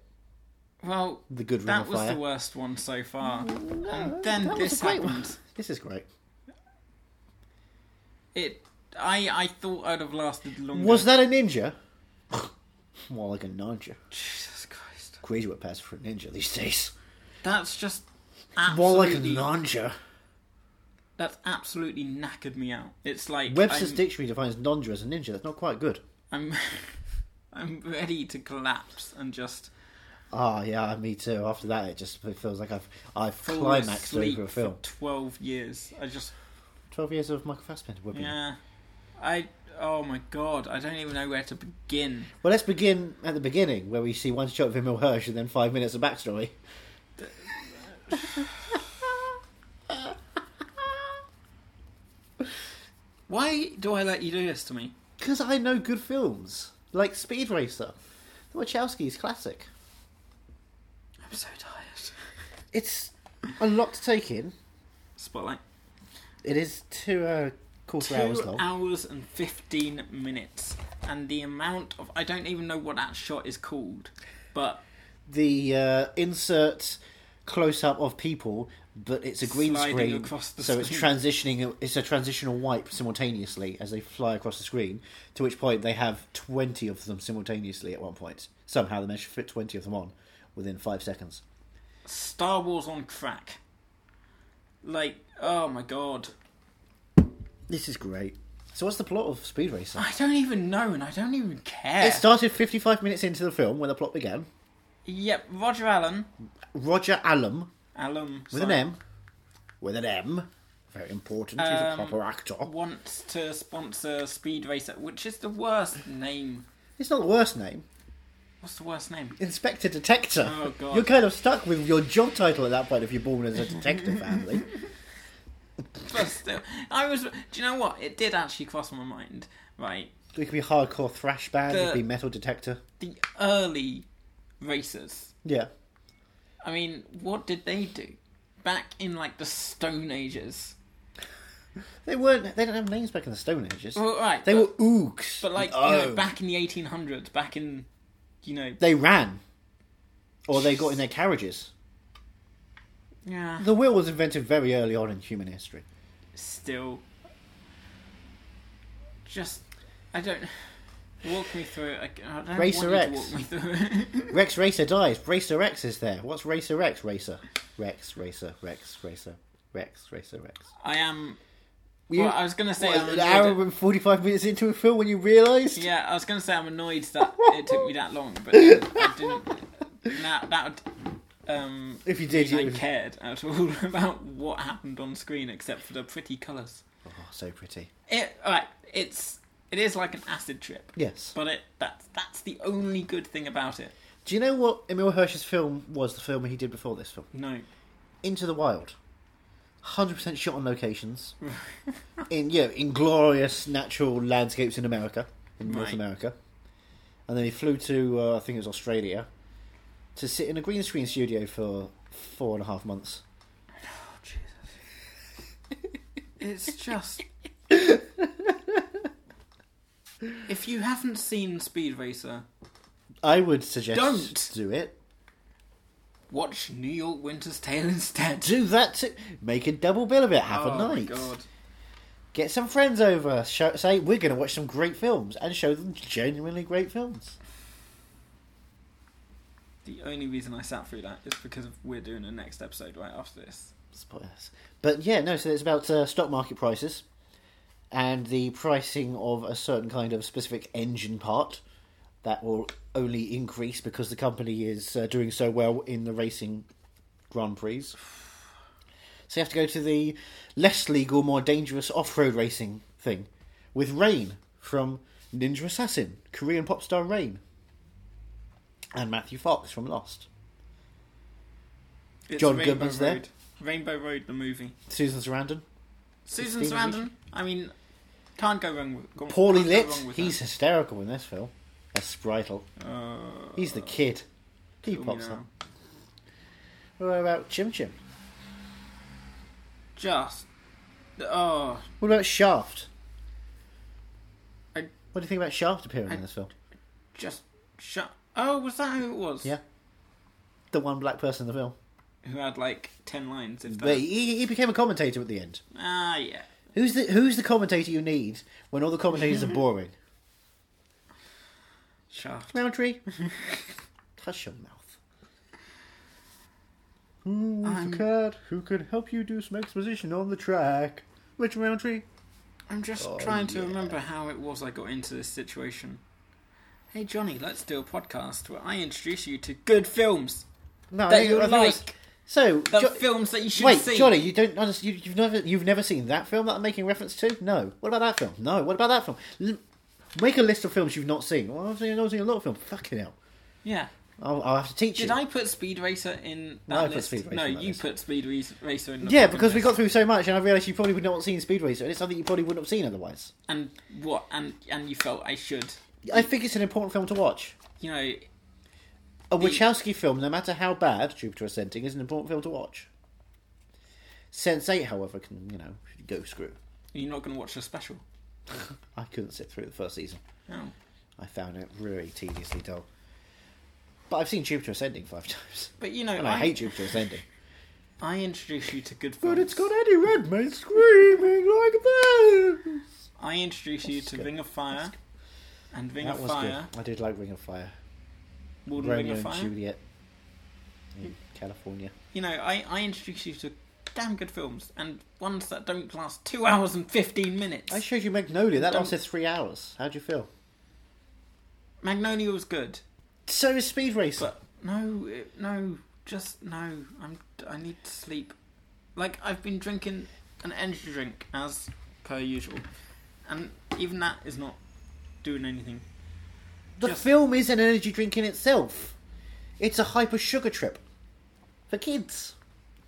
S2: Well,
S1: The Good Ring
S2: that
S1: of
S2: was
S1: Fire.
S2: the worst one so far. and then
S1: that was
S2: this
S1: a great one.
S2: happened.
S1: This is great.
S2: It. I I thought I'd have lasted longer.
S1: Was that a ninja? More like a ninja.
S2: Jesus Christ?
S1: Graduate pass for a ninja these days.
S2: That's just
S1: More like a
S2: absolutely.
S1: ninja.
S2: that's absolutely knackered me out. It's like
S1: Webster's
S2: I'm,
S1: dictionary defines ninja as a ninja. That's not quite good.
S2: I'm I'm ready to collapse and just
S1: Ah, yeah, me too. After that, it just it feels like I've I've
S2: fall
S1: climaxed
S2: asleep
S1: over a film.
S2: for twelve years. I just
S1: Twelve years of Michael Fassbender would be.
S2: yeah. I oh my god! I don't even know where to begin.
S1: Well, let's begin at the beginning where we see one shot of Emil Hirsch and then five minutes of backstory.
S2: Why do I let you do this to me?
S1: Because I know good films like Speed Racer, the Wachowskis classic.
S2: I'm so tired.
S1: It's a lot to take in.
S2: Spotlight.
S1: It is two uh, quarter hours
S2: Two
S1: long.
S2: hours and fifteen minutes, and the amount of I don't even know what that shot is called, but
S1: the uh, insert close up of people, but it's a green
S2: Sliding
S1: screen,
S2: across the
S1: so it's
S2: screen.
S1: transitioning. It's a transitional wipe simultaneously as they fly across the screen. To which point they have twenty of them simultaneously at one point. Somehow they managed to fit twenty of them on within five seconds.
S2: Star Wars on crack. Like oh my god.
S1: This is great. So what's the plot of Speed Racer?
S2: I don't even know, and I don't even care.
S1: It started fifty-five minutes into the film when the plot began.
S2: Yep, Roger Allen.
S1: Roger Allam
S2: Allen
S1: with an M, with an M, very important. He's
S2: Um,
S1: a proper actor.
S2: wants to sponsor Speed Racer, which is the worst name.
S1: It's not the worst name.
S2: What's the worst name?
S1: Inspector Detector.
S2: Oh, God.
S1: You're kind of stuck with your job title at that point if you're born as a detective family.
S2: But still, I was. Do you know what? It did actually cross my mind. Right,
S1: It could be hardcore thrash band, it
S2: The-
S1: could be metal detector.
S2: the early racers.
S1: Yeah.
S2: I mean, what did they do back in like the Stone Ages?
S1: They weren't they didn't have names back in the Stone Ages.
S2: Well, right,
S1: they
S2: but,
S1: were oogs.
S2: but like you know,
S1: Oh.
S2: back in the 1800s, back in you know,
S1: they ran. Or they got in their carriages.
S2: yeah,
S1: The wheel was invented very early on in human history.
S2: still. Just, I don't. Walk me through. it. I, I don't
S1: Racer
S2: want
S1: X.
S2: you to walk me through. it.
S1: Rex Racer dies. Racer Rex is there. What's Racer Rex? Racer. Rex, Racer, Rex, Racer, Rex, Racer, Rex.
S2: I am.
S1: You-
S2: Well, I was gonna say
S1: What,
S2: I'm
S1: an
S2: enjoyed
S1: hour
S2: it.
S1: and forty-five minutes into a film when you realised.
S2: Yeah, I was gonna say I'm annoyed that it took me that long, but I didn't. that that um,
S1: If you did,
S2: mean
S1: you
S2: I
S1: would-
S2: cared at all about what happened on screen except for the pretty colours.
S1: Oh, so pretty.
S2: It all right, it's it is like an acid trip.
S1: Yes.
S2: but it that's that's the only good thing about it.
S1: Do you know what Emil Hirsch's film was? The film he did before this film,
S2: No,
S1: Into the Wild. Hundred percent shot on locations, in yeah, in glorious natural landscapes in America, in North
S2: Right.
S1: America, and then he flew to uh, I think it was Australia, to sit in a green screen studio for four and a half months.
S2: it's just. if you haven't seen Speed Racer,
S1: I would suggest
S2: Don't.
S1: do it.
S2: watch New York Winter's Tale instead.
S1: Do that. To, make a double bill of it. Have
S2: oh
S1: a
S2: my
S1: night.
S2: god.
S1: Get some friends over. Show, say we're going to watch some great films and show them genuinely great films.
S2: The only reason I sat through that is because of we're doing a next episode right after this.
S1: Spoilers. But yeah, no. So it's about uh, stock market prices and the pricing of a certain kind of specific engine part that will only increase because the company is uh, doing so well in the racing grand prix. So you have to go to the less legal, more dangerous off-road racing thing with Rain from Ninja Assassin, Korean pop star Rain, and Matthew Fox from Lost.
S2: It's
S1: John
S2: Rainbow
S1: Goodman's there.
S2: Road. Rainbow Road, the movie.
S1: Susan Sarandon,
S2: Susan
S1: Christina
S2: Sarandon. I mean, can't go wrong. With, go,
S1: poorly
S2: can't
S1: lit.
S2: Go wrong with
S1: He's hysterical in this film. As Spritel,
S2: that. Uh,
S1: he's the kid. He
S2: kill me
S1: pops
S2: now.
S1: up. What about Chim Chim?
S2: Just oh,
S1: What about Shaft?
S2: I-
S1: What do you think about Shaft appearing
S2: I-
S1: in this film?
S2: just shut. Oh, was that who it was?
S1: Yeah. The one black person in the film.
S2: Who had like ten lines? If that.
S1: But he, he became a commentator at the end.
S2: Ah, yeah.
S1: Who's the Who's the commentator you need when all the commentators are boring?
S2: Shaft.
S1: Roundtree, hush your mouth.
S2: I'm-
S1: cat who can help you do some exposition on the track. Which Roundtree?
S2: I'm just trying
S1: Oh,
S2: to remember how it was I got into this situation. Hey Johnny, let's do a podcast where I introduce you to good films
S1: No,
S2: that
S1: I think-
S2: you
S1: I think it was-
S2: like,
S1: So,
S2: the
S1: Jo-
S2: films that you should
S1: wait,
S2: see.
S1: Johnny, you don't understand. You, you've never you've never seen that film that I'm making reference to. No. What about that film? No. What about that film? L- make a list of films you've not seen. Well, I've seen, I've seen a lot of films. Fucking hell.
S2: Yeah.
S1: I'll, I'll have to teach
S2: Did
S1: you.
S2: I put Speed Racer in that
S1: No, I put
S2: list?
S1: Speed Racer
S2: no,
S1: in that
S2: you
S1: list.
S2: put Speed Re- Racer in the
S1: Yeah,
S2: fucking
S1: because we
S2: list.
S1: got through so much, and I realised you probably would not have seen Speed Racer, and it's something you probably wouldn't have seen otherwise.
S2: and what and and you felt I should.
S1: I think it's an important film to watch.
S2: You know,
S1: A Wachowski film, no matter how bad Jupiter Ascending, is an important film to watch. Sense8, however, can you know go screw.
S2: you're not going to watch a special.
S1: I couldn't sit through the first season.
S2: Oh.
S1: I found it really tediously dull. But I've seen Jupiter Ascending five times.
S2: But you know,
S1: And I, hate Jupiter Ascending.
S2: I introduce you to good films.
S1: But it's got Eddie Redmayne screaming like that.
S2: I introduce you to
S1: good.
S2: Ring of Fire, and Ring
S1: That
S2: of
S1: was
S2: Fire,
S1: good. I did like Ring of Fire.
S2: Lord of Ring
S1: Romeo
S2: of
S1: and
S2: Fire. Hmm.
S1: Juliet in California.
S2: You know, I I introduce you to damn good films and ones that don't last two hours and fifteen minutes.
S1: I showed you Magnolia. That
S2: Don't-
S1: lasted three hours. How do you feel?
S2: Magnolia was good,
S1: So is Speed Racer.
S2: but no, it, no, just no. I'm I need to sleep. Like I've been drinking an energy drink as per usual, and even that is not doing anything.
S1: the
S2: just-
S1: film is an energy drink in itself. It's a hyper sugar trip for kids.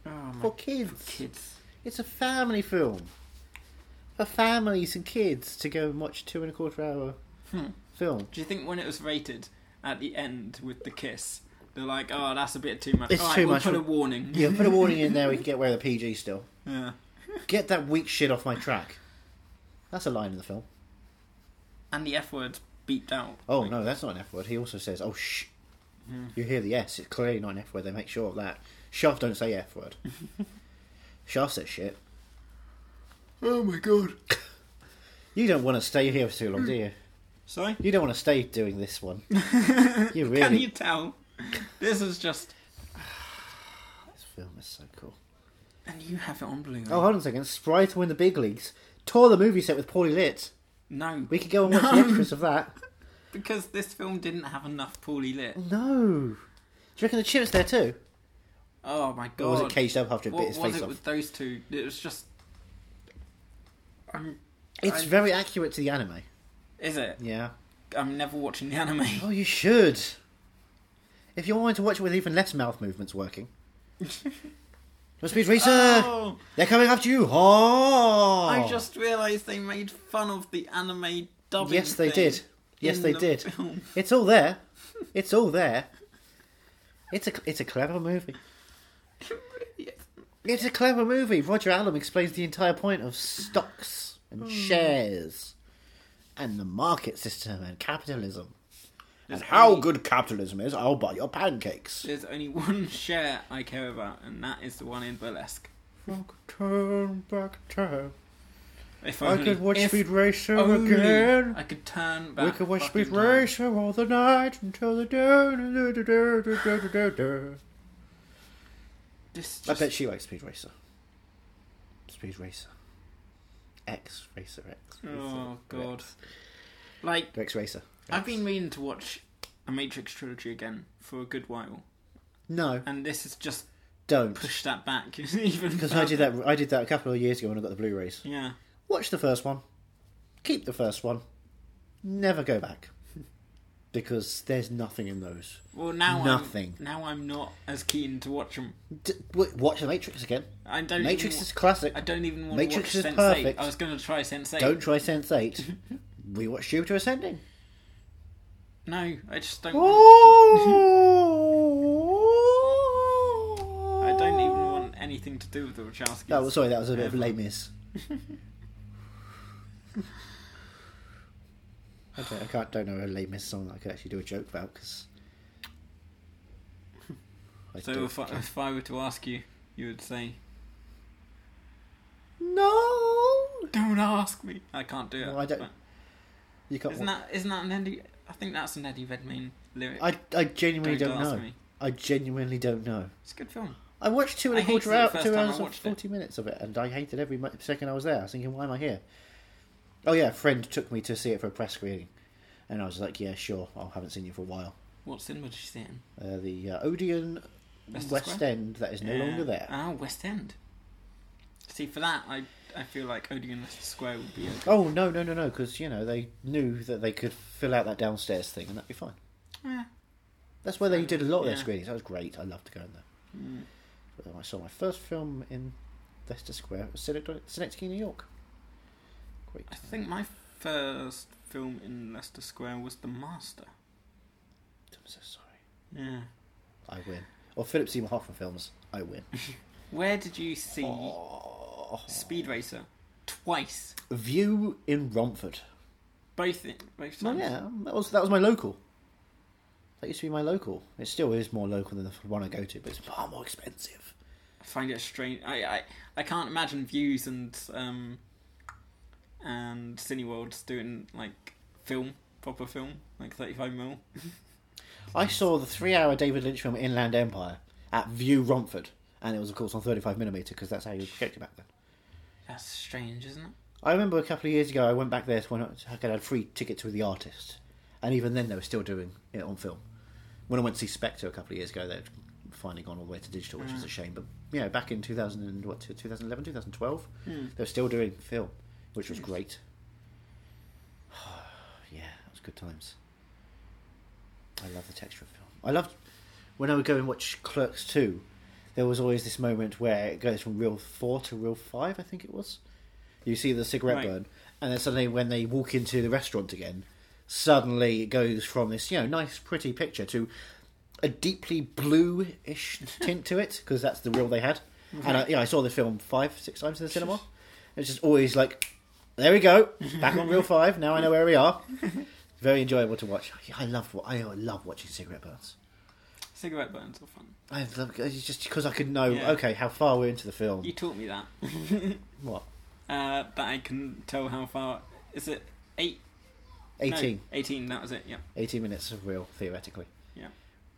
S2: Oh my
S1: For kids.
S2: kids!
S1: It's a family film for families and kids to go and watch a two and a quarter hour
S2: Hmm.
S1: film.
S2: Do you think when it was rated at the end with the kiss, they're like, "Oh, that's a bit too much."
S1: It's
S2: All right,
S1: too
S2: we'll
S1: much
S2: Put
S1: for-
S2: a warning.
S1: Yeah, put a warning in there. We can get away with a PG still.
S2: yeah.
S1: Get that weak shit off my track. That's a line in the film.
S2: And the F word's beeped out.
S1: Oh no, that's not an F word. He also says, "Oh shh."
S2: Hmm.
S1: You hear the S. It's clearly not an F word. They make sure of that. Shaft don't say F word. Shaft says shit.
S2: Oh my god.
S1: You don't want to stay here for too long, do you?
S2: Sorry.
S1: You don't want to stay doing this one. you really.
S2: Can you tell? This is just.
S1: This film is so cool.
S2: And you have it on Blu-ray.
S1: Oh, hold on a second. Sprite win the big leagues. Tore the movie set with poorly lit.
S2: no,
S1: We could go and watch the extras of that.
S2: because this film didn't have enough poorly lit.
S1: No. you reckon the chip's there too?
S2: Oh my god!
S1: Or was it caged up after it
S2: what,
S1: bit his
S2: was
S1: face
S2: it
S1: off?
S2: with those two? It was just. I'm,
S1: It's
S2: I-
S1: very accurate to the anime.
S2: Is it?
S1: Yeah.
S2: I'm never watching the anime.
S1: Oh, you should. If you wanted to watch it with even less mouth movements working. No speed racer!
S2: Oh.
S1: They're coming after you! Oh!
S2: I just realised they made fun of the anime dubbing.
S1: Yes, they
S2: thing
S1: did. Yes,
S2: in
S1: they
S2: the
S1: did.
S2: film.
S1: It's all there. It's all there. It's a it's a clever movie. It's a clever movie. Roger Allam explains the entire point of stocks and shares, and the market system and capitalism, and how good capitalism is. I'll buy your pancakes.
S2: There's only one share I care about, and that is the one in Burlesque.
S1: Turn back time.
S2: If
S1: I
S2: only-
S1: could watch
S2: if
S1: Speed Racer
S2: only
S1: again.
S2: I could turn back.
S1: We could watch
S2: fucking
S1: Speed
S2: time.
S1: Racer all the night until the day.
S2: This just,
S1: I bet she likes Speed Racer. Speed Racer. X Racer X. Racer,
S2: Oh god! Like
S1: X Racer.
S2: I've been meaning to watch a Matrix trilogy again for a good while,
S1: No,
S2: and this has just
S1: don't.
S2: pushed that back even.
S1: Because I did that. I did that a couple of years ago when I got the Blu-rays.
S2: Yeah.
S1: Watch the first one. Keep the first one. Never go back. Because there's nothing in those.
S2: Well, now
S1: Nothing.
S2: I'm, now I'm not as keen to watch them.
S1: D- w- watch the Matrix again.
S2: I don't.
S1: Matrix
S2: even,
S1: is classic.
S2: I don't even want
S1: Matrix
S2: to watch
S1: is
S2: Sense
S1: perfect.
S2: I was going to try Sense Eight.
S1: Don't try Sense Eight. we watch Jupiter Ascending.
S2: No, I just don't.
S1: I
S2: Want, I don't even want anything to do with the Wachowskis.
S1: That was sorry. That was a bit of a late miss. I don't, I can't, don't know a late miss song that I could actually do a joke about because.
S2: So if I, if I were to ask you, you would say,
S1: no,
S2: "Don't ask me." I can't do it.
S1: Well, I don't-
S2: but-
S1: you can't.
S2: Isn't that isn't that an Eddie? I think that's an Eddie Redmayne lyric.
S1: I I genuinely
S2: Don't
S1: don't,
S2: ask
S1: know.
S2: me.
S1: I genuinely don't know.
S2: It's a good film.
S1: I watched two and
S2: I
S1: a
S2: hated
S1: quarter
S2: it the
S1: hour,
S2: first
S1: two
S2: time I
S1: hours and
S2: watched it.
S1: forty minutes of it, and I hated every mi- second I was there. I was thinking, why am I here? Oh yeah, a friend took me to see it for a press screening, and I was like, yeah, sure. I haven't seen you for a while.
S2: What cinema did you see it in?
S1: Uh, the uh, Odeon
S2: Leicester
S1: West
S2: Square?
S1: End that is no
S2: Yeah.
S1: longer there.
S2: Ah, West End. See, for that, I I feel like Odeon Leicester Square would be. A,
S1: Oh no, no, no, no! Because you know they knew that they could fill out that downstairs thing, and that'd be fine.
S2: Yeah.
S1: That's where they did a lot of their
S2: Yeah. Mm.
S1: screenings. That was great. I loved to go in there. But I saw my first film in Leicester Square. It was Synecdoche, Synecdoche, New York. Great.
S2: I think my first film in Leicester Square was The Master.
S1: I'm so sorry.
S2: Yeah.
S1: I win. Or Philip Seymour Hoffman films. I win.
S2: Where did you see
S1: Oh.
S2: Speed Racer? Twice.
S1: View in Romford.
S2: Both in, both
S1: Well,
S2: times.
S1: Oh, yeah, that was that was my local. That used to be my local. It still is more local than the one I go to, but it's far more expensive.
S2: I find it strange. I, I I can't imagine views and um and Cineworlds doing like film, proper film, like thirty five mil.
S1: I saw the three-hour David Lynch film Inland Empire at View Romford, and it was of course on 35mm because that's how you projected back then.
S2: That's strange, isn't it?
S1: I remember a couple of years ago I went back there to when I I had free tickets with the artist, and even then they were still doing it on film. When I went to see Spectre a couple of years ago, they'd finally gone all the way to digital, which was a shame. But yeah, back in 2000 and what 2011, 2012, they were still doing film, which was great. yeah, it was good times. I love the texture of film. I loved when I would go and watch Clerks 2. There was always this moment where it goes from reel four to reel five, I think it was. You see the cigarette
S2: Right.
S1: burn, and then suddenly when they walk into the restaurant again, suddenly it goes from this you know nice pretty picture to a deeply bluish tint to it because that's the reel they had. And I, yeah, I saw the film five, six times in the cinema. It's just always like, there we go, back on reel five. Now I know where we are. Very enjoyable to watch. I love I love watching cigarette burns.
S2: Cigarette burns are fun.
S1: I love it's just because I could know
S2: Yeah.
S1: okay how far we're into the film.
S2: You taught me that.
S1: What
S2: uh, that I can tell how far is it eight? No,
S1: 18,
S2: Eighteen. That was it. Yep.
S1: 18 minutes of reel theoretically,
S2: Yeah.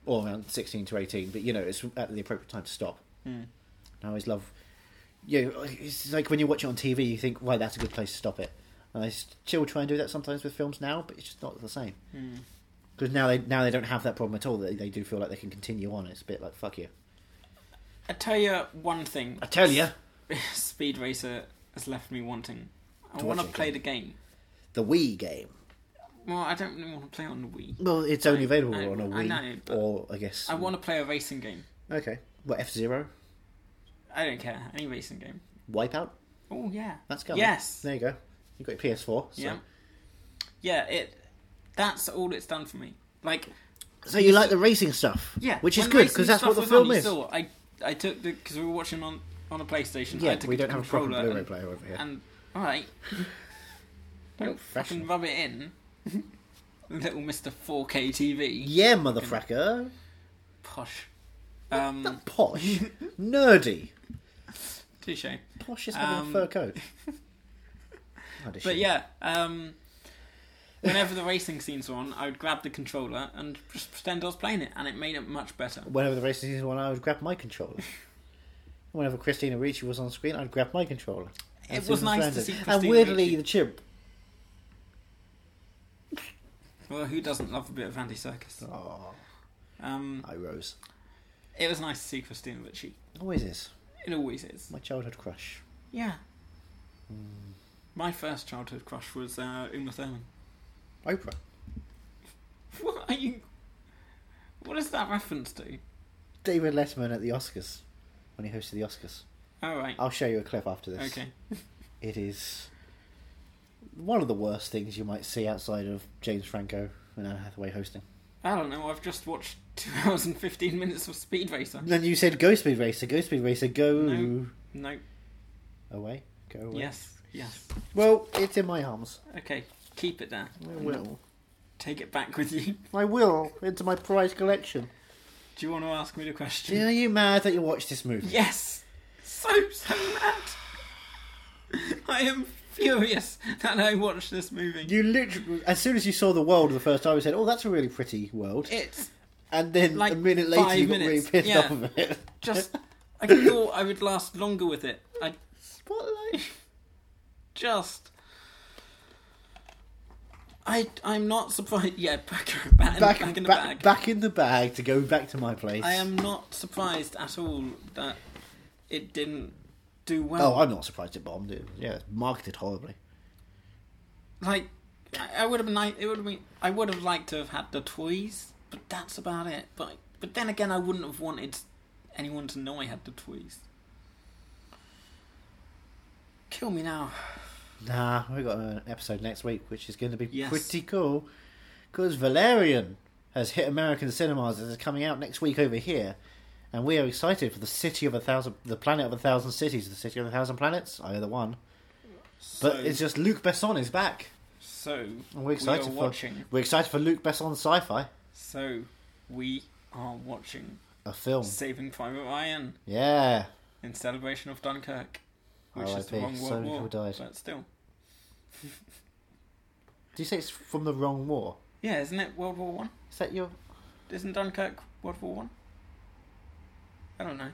S1: or around sixteen to eighteen. But you know it's at the appropriate time to stop. I always love. You know, it's like when you watch it on TV, you think, right, that's a good place to stop it. And I still try and do that sometimes with films now, but it's just not the same. Because now they now they don't have that problem at all. They, they do feel like they can continue on. It's a bit like fuck you.
S2: I tell you one thing.
S1: I tell you.
S2: Speed Racer has left me wanting. I
S1: To
S2: want to
S1: watch it
S2: play
S1: again.
S2: the game.
S1: The Wii game.
S2: Well, I don't really want to play on the Wii.
S1: Well, it's only available
S2: I-
S1: on a
S2: I
S1: Wii
S2: know, but
S1: or I guess.
S2: I want to play a racing game.
S1: Okay. What F Zero?
S2: I don't care any racing game.
S1: Wipeout.
S2: Oh yeah,
S1: That's coming.
S2: Yes,
S1: There you go. You have got your PS4. So.
S2: yeah, yeah. It. That's all it's done for me. Like,
S1: So you like the racing stuff?
S2: yeah,
S1: Which is
S2: when
S1: good
S2: racing
S1: because that's
S2: stuff
S1: what the
S2: was
S1: film
S2: on, you
S1: is.
S2: Saw, I I took the because we were watching on on a PlayStation.
S1: Yeah,
S2: I took
S1: we
S2: the
S1: don't have a proper
S2: controller
S1: Blu-ray
S2: and-
S1: player over here.
S2: And all right, don't fucking rub it in, little Mister 4K TV.
S1: Yeah, motherfucker.
S2: Posh. Um,
S1: Posh. Nerdy.
S2: touche.
S1: Posh is having
S2: Um,
S1: a fur coat. Not a
S2: But
S1: shame.
S2: yeah, um, whenever the racing scenes were on, I would grab the controller and just pretend I was playing it, and it made it much better.
S1: Whenever the racing season one, I would grab my controller. Whenever Christina Ricci was on screen, I'd grab my controller.
S2: It was nice to see Christina
S1: And weirdly,
S2: Ricci.
S1: the chimp.
S2: Well, who doesn't love a bit of Andy Circus?
S1: Oh,
S2: Um,
S1: I rose.
S2: it was nice to see Christina Ricci.
S1: Always is.
S2: It always is.
S1: My childhood crush.
S2: Yeah. My first childhood crush was uh, Uma Thurman.
S1: Oprah.
S2: What are you? What is that reference to?
S1: David Letterman at the Oscars. When he hosted the Oscars.
S2: All right.
S1: I'll show you a clip after this.
S2: Okay.
S1: It is one of the worst things you might see outside of James Franco and Anne Hathaway hosting.
S2: I don't know. I've just watched two hours and fifteen minutes of Speed Racer.
S1: And then you said Go Speed Racer, Go Speed Racer, go
S2: No. No.
S1: away, go away.
S2: Yes. Yes.
S1: Well, it's in my arms.
S2: Okay. Keep it there.
S1: I will.
S2: Take it back with you.
S1: I will into my prized collection.
S2: Do you want to ask me the question?
S1: Are you mad that you watched this movie?
S2: Yes. So so mad. I am furious that I watched this movie.
S1: You literally, as soon as you saw the world the first time, you said, "Oh, that's a really pretty world,"
S2: It's
S1: and then
S2: like
S1: a minute later,
S2: five
S1: you got really
S2: minutes.
S1: pissed
S2: Yeah.
S1: off of it.
S2: just. I thought I would last longer with it. I
S1: Spotlight.
S2: just. I I'm not surprised. Yeah, back back,
S1: Back,
S2: in- back in the
S1: back,
S2: bag.
S1: back in the bag to go back to my place.
S2: I am um, not surprised at all that it didn't do well.
S1: Oh, I'm not surprised it bombed. It, yeah, it's marketed horribly. Oh.
S2: like I, I would have been like it would have been I would have liked to have had the toys, but that's about it. But but then again, I wouldn't have wanted anyone to know I had the toys. Kill me now.
S1: Nah, we got an episode next week, which is going to be
S2: Yes.
S1: pretty cool. Because Valerian has hit American cinemas. It is coming out next week over here, and we are excited for the city of a thousand, the planet of a thousand cities, the city of a thousand planets. I the one, but
S2: so,
S1: it's just Luc Besson is back,
S2: so
S1: and we're excited
S2: we are
S1: for
S2: watching.
S1: we're excited for Luc Besson sci-fi,
S2: So we are watching
S1: a film.
S2: Saving Private Ryan
S1: Yeah,
S2: in celebration of Dunkirk, which is the
S1: RIP.
S2: wrong
S1: Oh, So
S2: world
S1: many
S2: war.
S1: people died.
S2: But still,
S1: do you say it's from the wrong war?
S2: yeah, isn't it World War One?
S1: Is that your?
S2: Isn't Dunkirk World War One? I? don't know.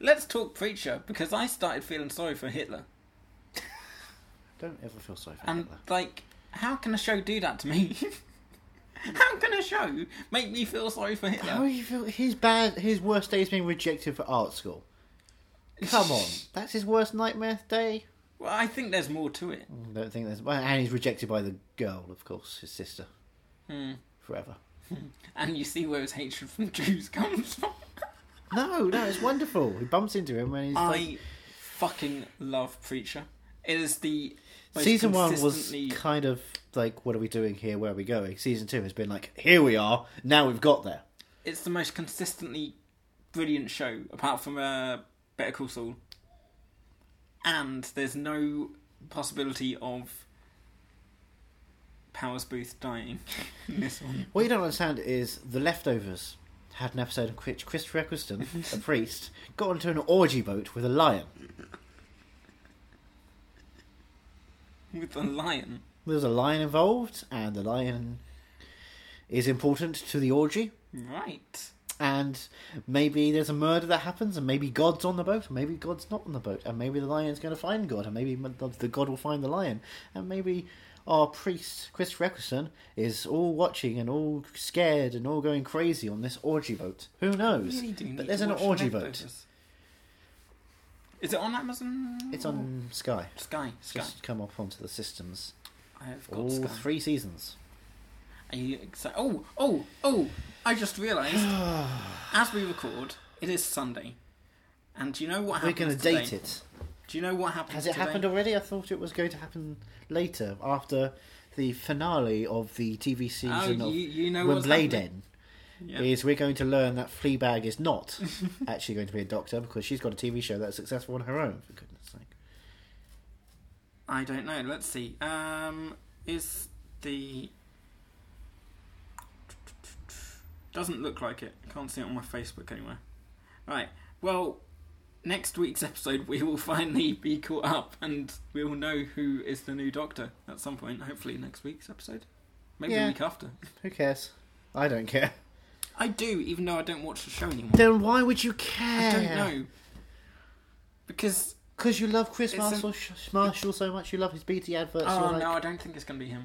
S2: Let's talk preacher because I started feeling sorry for Hitler,
S1: Don't ever feel sorry for
S2: and
S1: Hitler.
S2: like, how can a show do that to me? how can a show make me feel sorry for
S1: How
S2: Hitler?
S1: you feel? His bad, his worst day is being rejected for art school. Come on, that's his worst nightmare day.
S2: Well, I think there's more to it.
S1: I don't think that's. Well, and he's rejected by the girl, of course, his sister.
S2: Hmm.
S1: Forever.
S2: And you see where his hatred from Jews comes from.
S1: No, no, it's wonderful. He bumps into him when he's. like,
S2: I fucking love Preacher. It is the most
S1: season one was
S2: consistently-
S1: kind of like, what are we doing here? Where are we going? Season two has been like, here we are. Now we've got there.
S2: it's the most consistently brilliant show, apart from uh, Better Call Saul. And there's no possibility of Powers Booth dying in this one.
S1: What you don't understand is the leftovers had an episode in which Christopher Eccleston, a priest, got onto an orgy boat with a lion.
S2: With the lion.
S1: There's a lion involved, and the lion is important to the orgy.
S2: Right.
S1: And maybe there's a murder that happens, and maybe God's on the boat, and maybe God's not on the boat, and maybe the lion's going to find God, and maybe the the God will find the lion, and maybe our priest Chris Reckerson is all watching and all scared and all going crazy on this orgy boat. Who knows?
S2: Really do need
S1: but there's
S2: to
S1: an
S2: watch
S1: orgy
S2: Night
S1: boat.
S2: Voters. Is it on Amazon?
S1: It's on Sky.
S2: Sky.
S1: It's
S2: Sky.
S1: Just come up onto the systems.
S2: I have got
S1: All
S2: Sky.
S1: three seasons.
S2: Are you excited? Oh, oh, oh! I just realised. as we record, it is Sunday, and do you know what
S1: We're
S2: happens
S1: going to
S2: today?
S1: date it.
S2: Do you know what happens?
S1: Has it
S2: today?
S1: happened already? I thought it was going to happen later, after the finale of the TV season
S2: Oh,
S1: of
S2: you- you know what's
S1: Wimbledon.
S2: Yeah.
S1: Is we're going to learn that Fleabag is not actually going to be a doctor because she's got a TV show that's successful on her own. For goodness sake,
S2: I don't know. Let's see. Um, is the doesn't look like it. I can't see it on my Facebook anywhere. Right. Well, next week's episode we will finally be caught up, and we will know who is the new Doctor at some point. Hopefully next week's episode. Maybe
S1: Yeah.
S2: the week after.
S1: who cares? I don't care.
S2: I do, even though I don't watch the show anymore.
S1: Then why would you care?
S2: I don't know because
S1: Because you love Chris
S2: It's a-
S1: Marshall, Marshall so much, you love his BT adverts.
S2: Oh
S1: you're like,
S2: no, I don't think it's going to be him.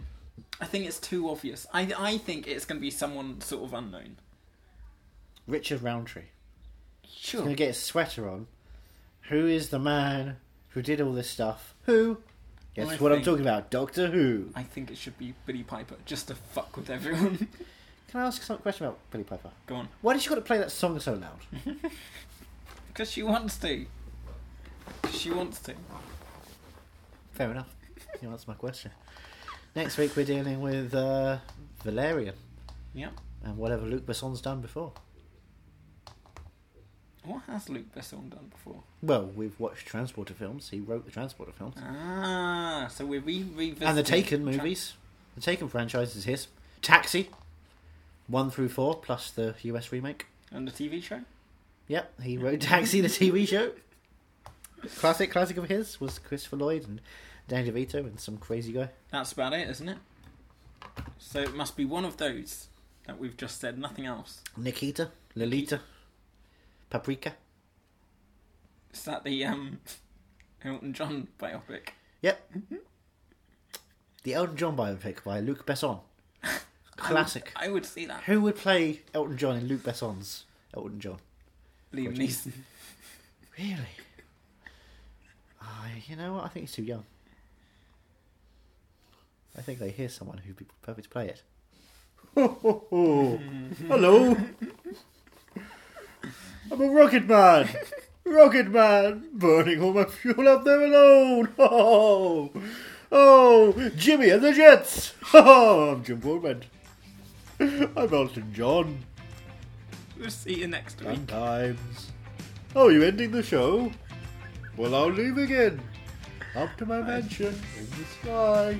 S2: I think it's too obvious. I I think it's going to be someone sort of unknown.
S1: Richard Roundtree.
S2: Sure.
S1: gonna get his sweater on. Who is the man who did all this stuff? Who? Guess
S2: I
S1: what I'm
S2: think-
S1: talking about. Doctor Who.
S2: I think it should be Billy Piper just to fuck with everyone.
S1: Can I ask some question about Billy Piper?
S2: Go on.
S1: Why did she got to play that song so loud?
S2: Because she wants to. 'Cause She wants to.
S1: Fair enough. You answered my question. Next week we're dealing with uh, Valerian
S2: Yep.
S1: and whatever Luc Besson's done before.
S2: What has Luke Besson done before?
S1: Well, we've watched Transporter films. He wrote the Transporter films
S2: Uh, Ah, so we're re- revisiting.
S1: and the Taken
S2: Tra-
S1: movies. The Taken franchise is his. Taxi, one through four, plus the US remake.
S2: and the TV show?
S1: Yep, he wrote Taxi, the TV show. Classic, classic of his was Christopher Lloyd and Danny DeVito and some crazy guy.
S2: That's about it, isn't it? So it must be one of those that we've just said, nothing else.
S1: Nikita, Lolita, Paprika.
S2: Is that the um, Elton John biopic?
S1: Yep. The Elton John biopic by Luc Besson. Classic.
S2: I would see that.
S1: Who would play Elton John in Luc Besson's Elton John?
S2: Liam Neeson.
S1: Really? Ah, you know what? I think he's too young. I think they hear someone who'd be perfect to play it.
S3: Hello. I'm a rocket man. Rocket man. Burning all my fuel up there alone. Oh, oh Jimmy and the Jets. Oh, I'm Jim Broadbent. I'm Elton John.
S2: We'll see you next week.
S3: Fun times. Oh, you ending the show? Well, I'll leave again. Up to my mansion in the sky.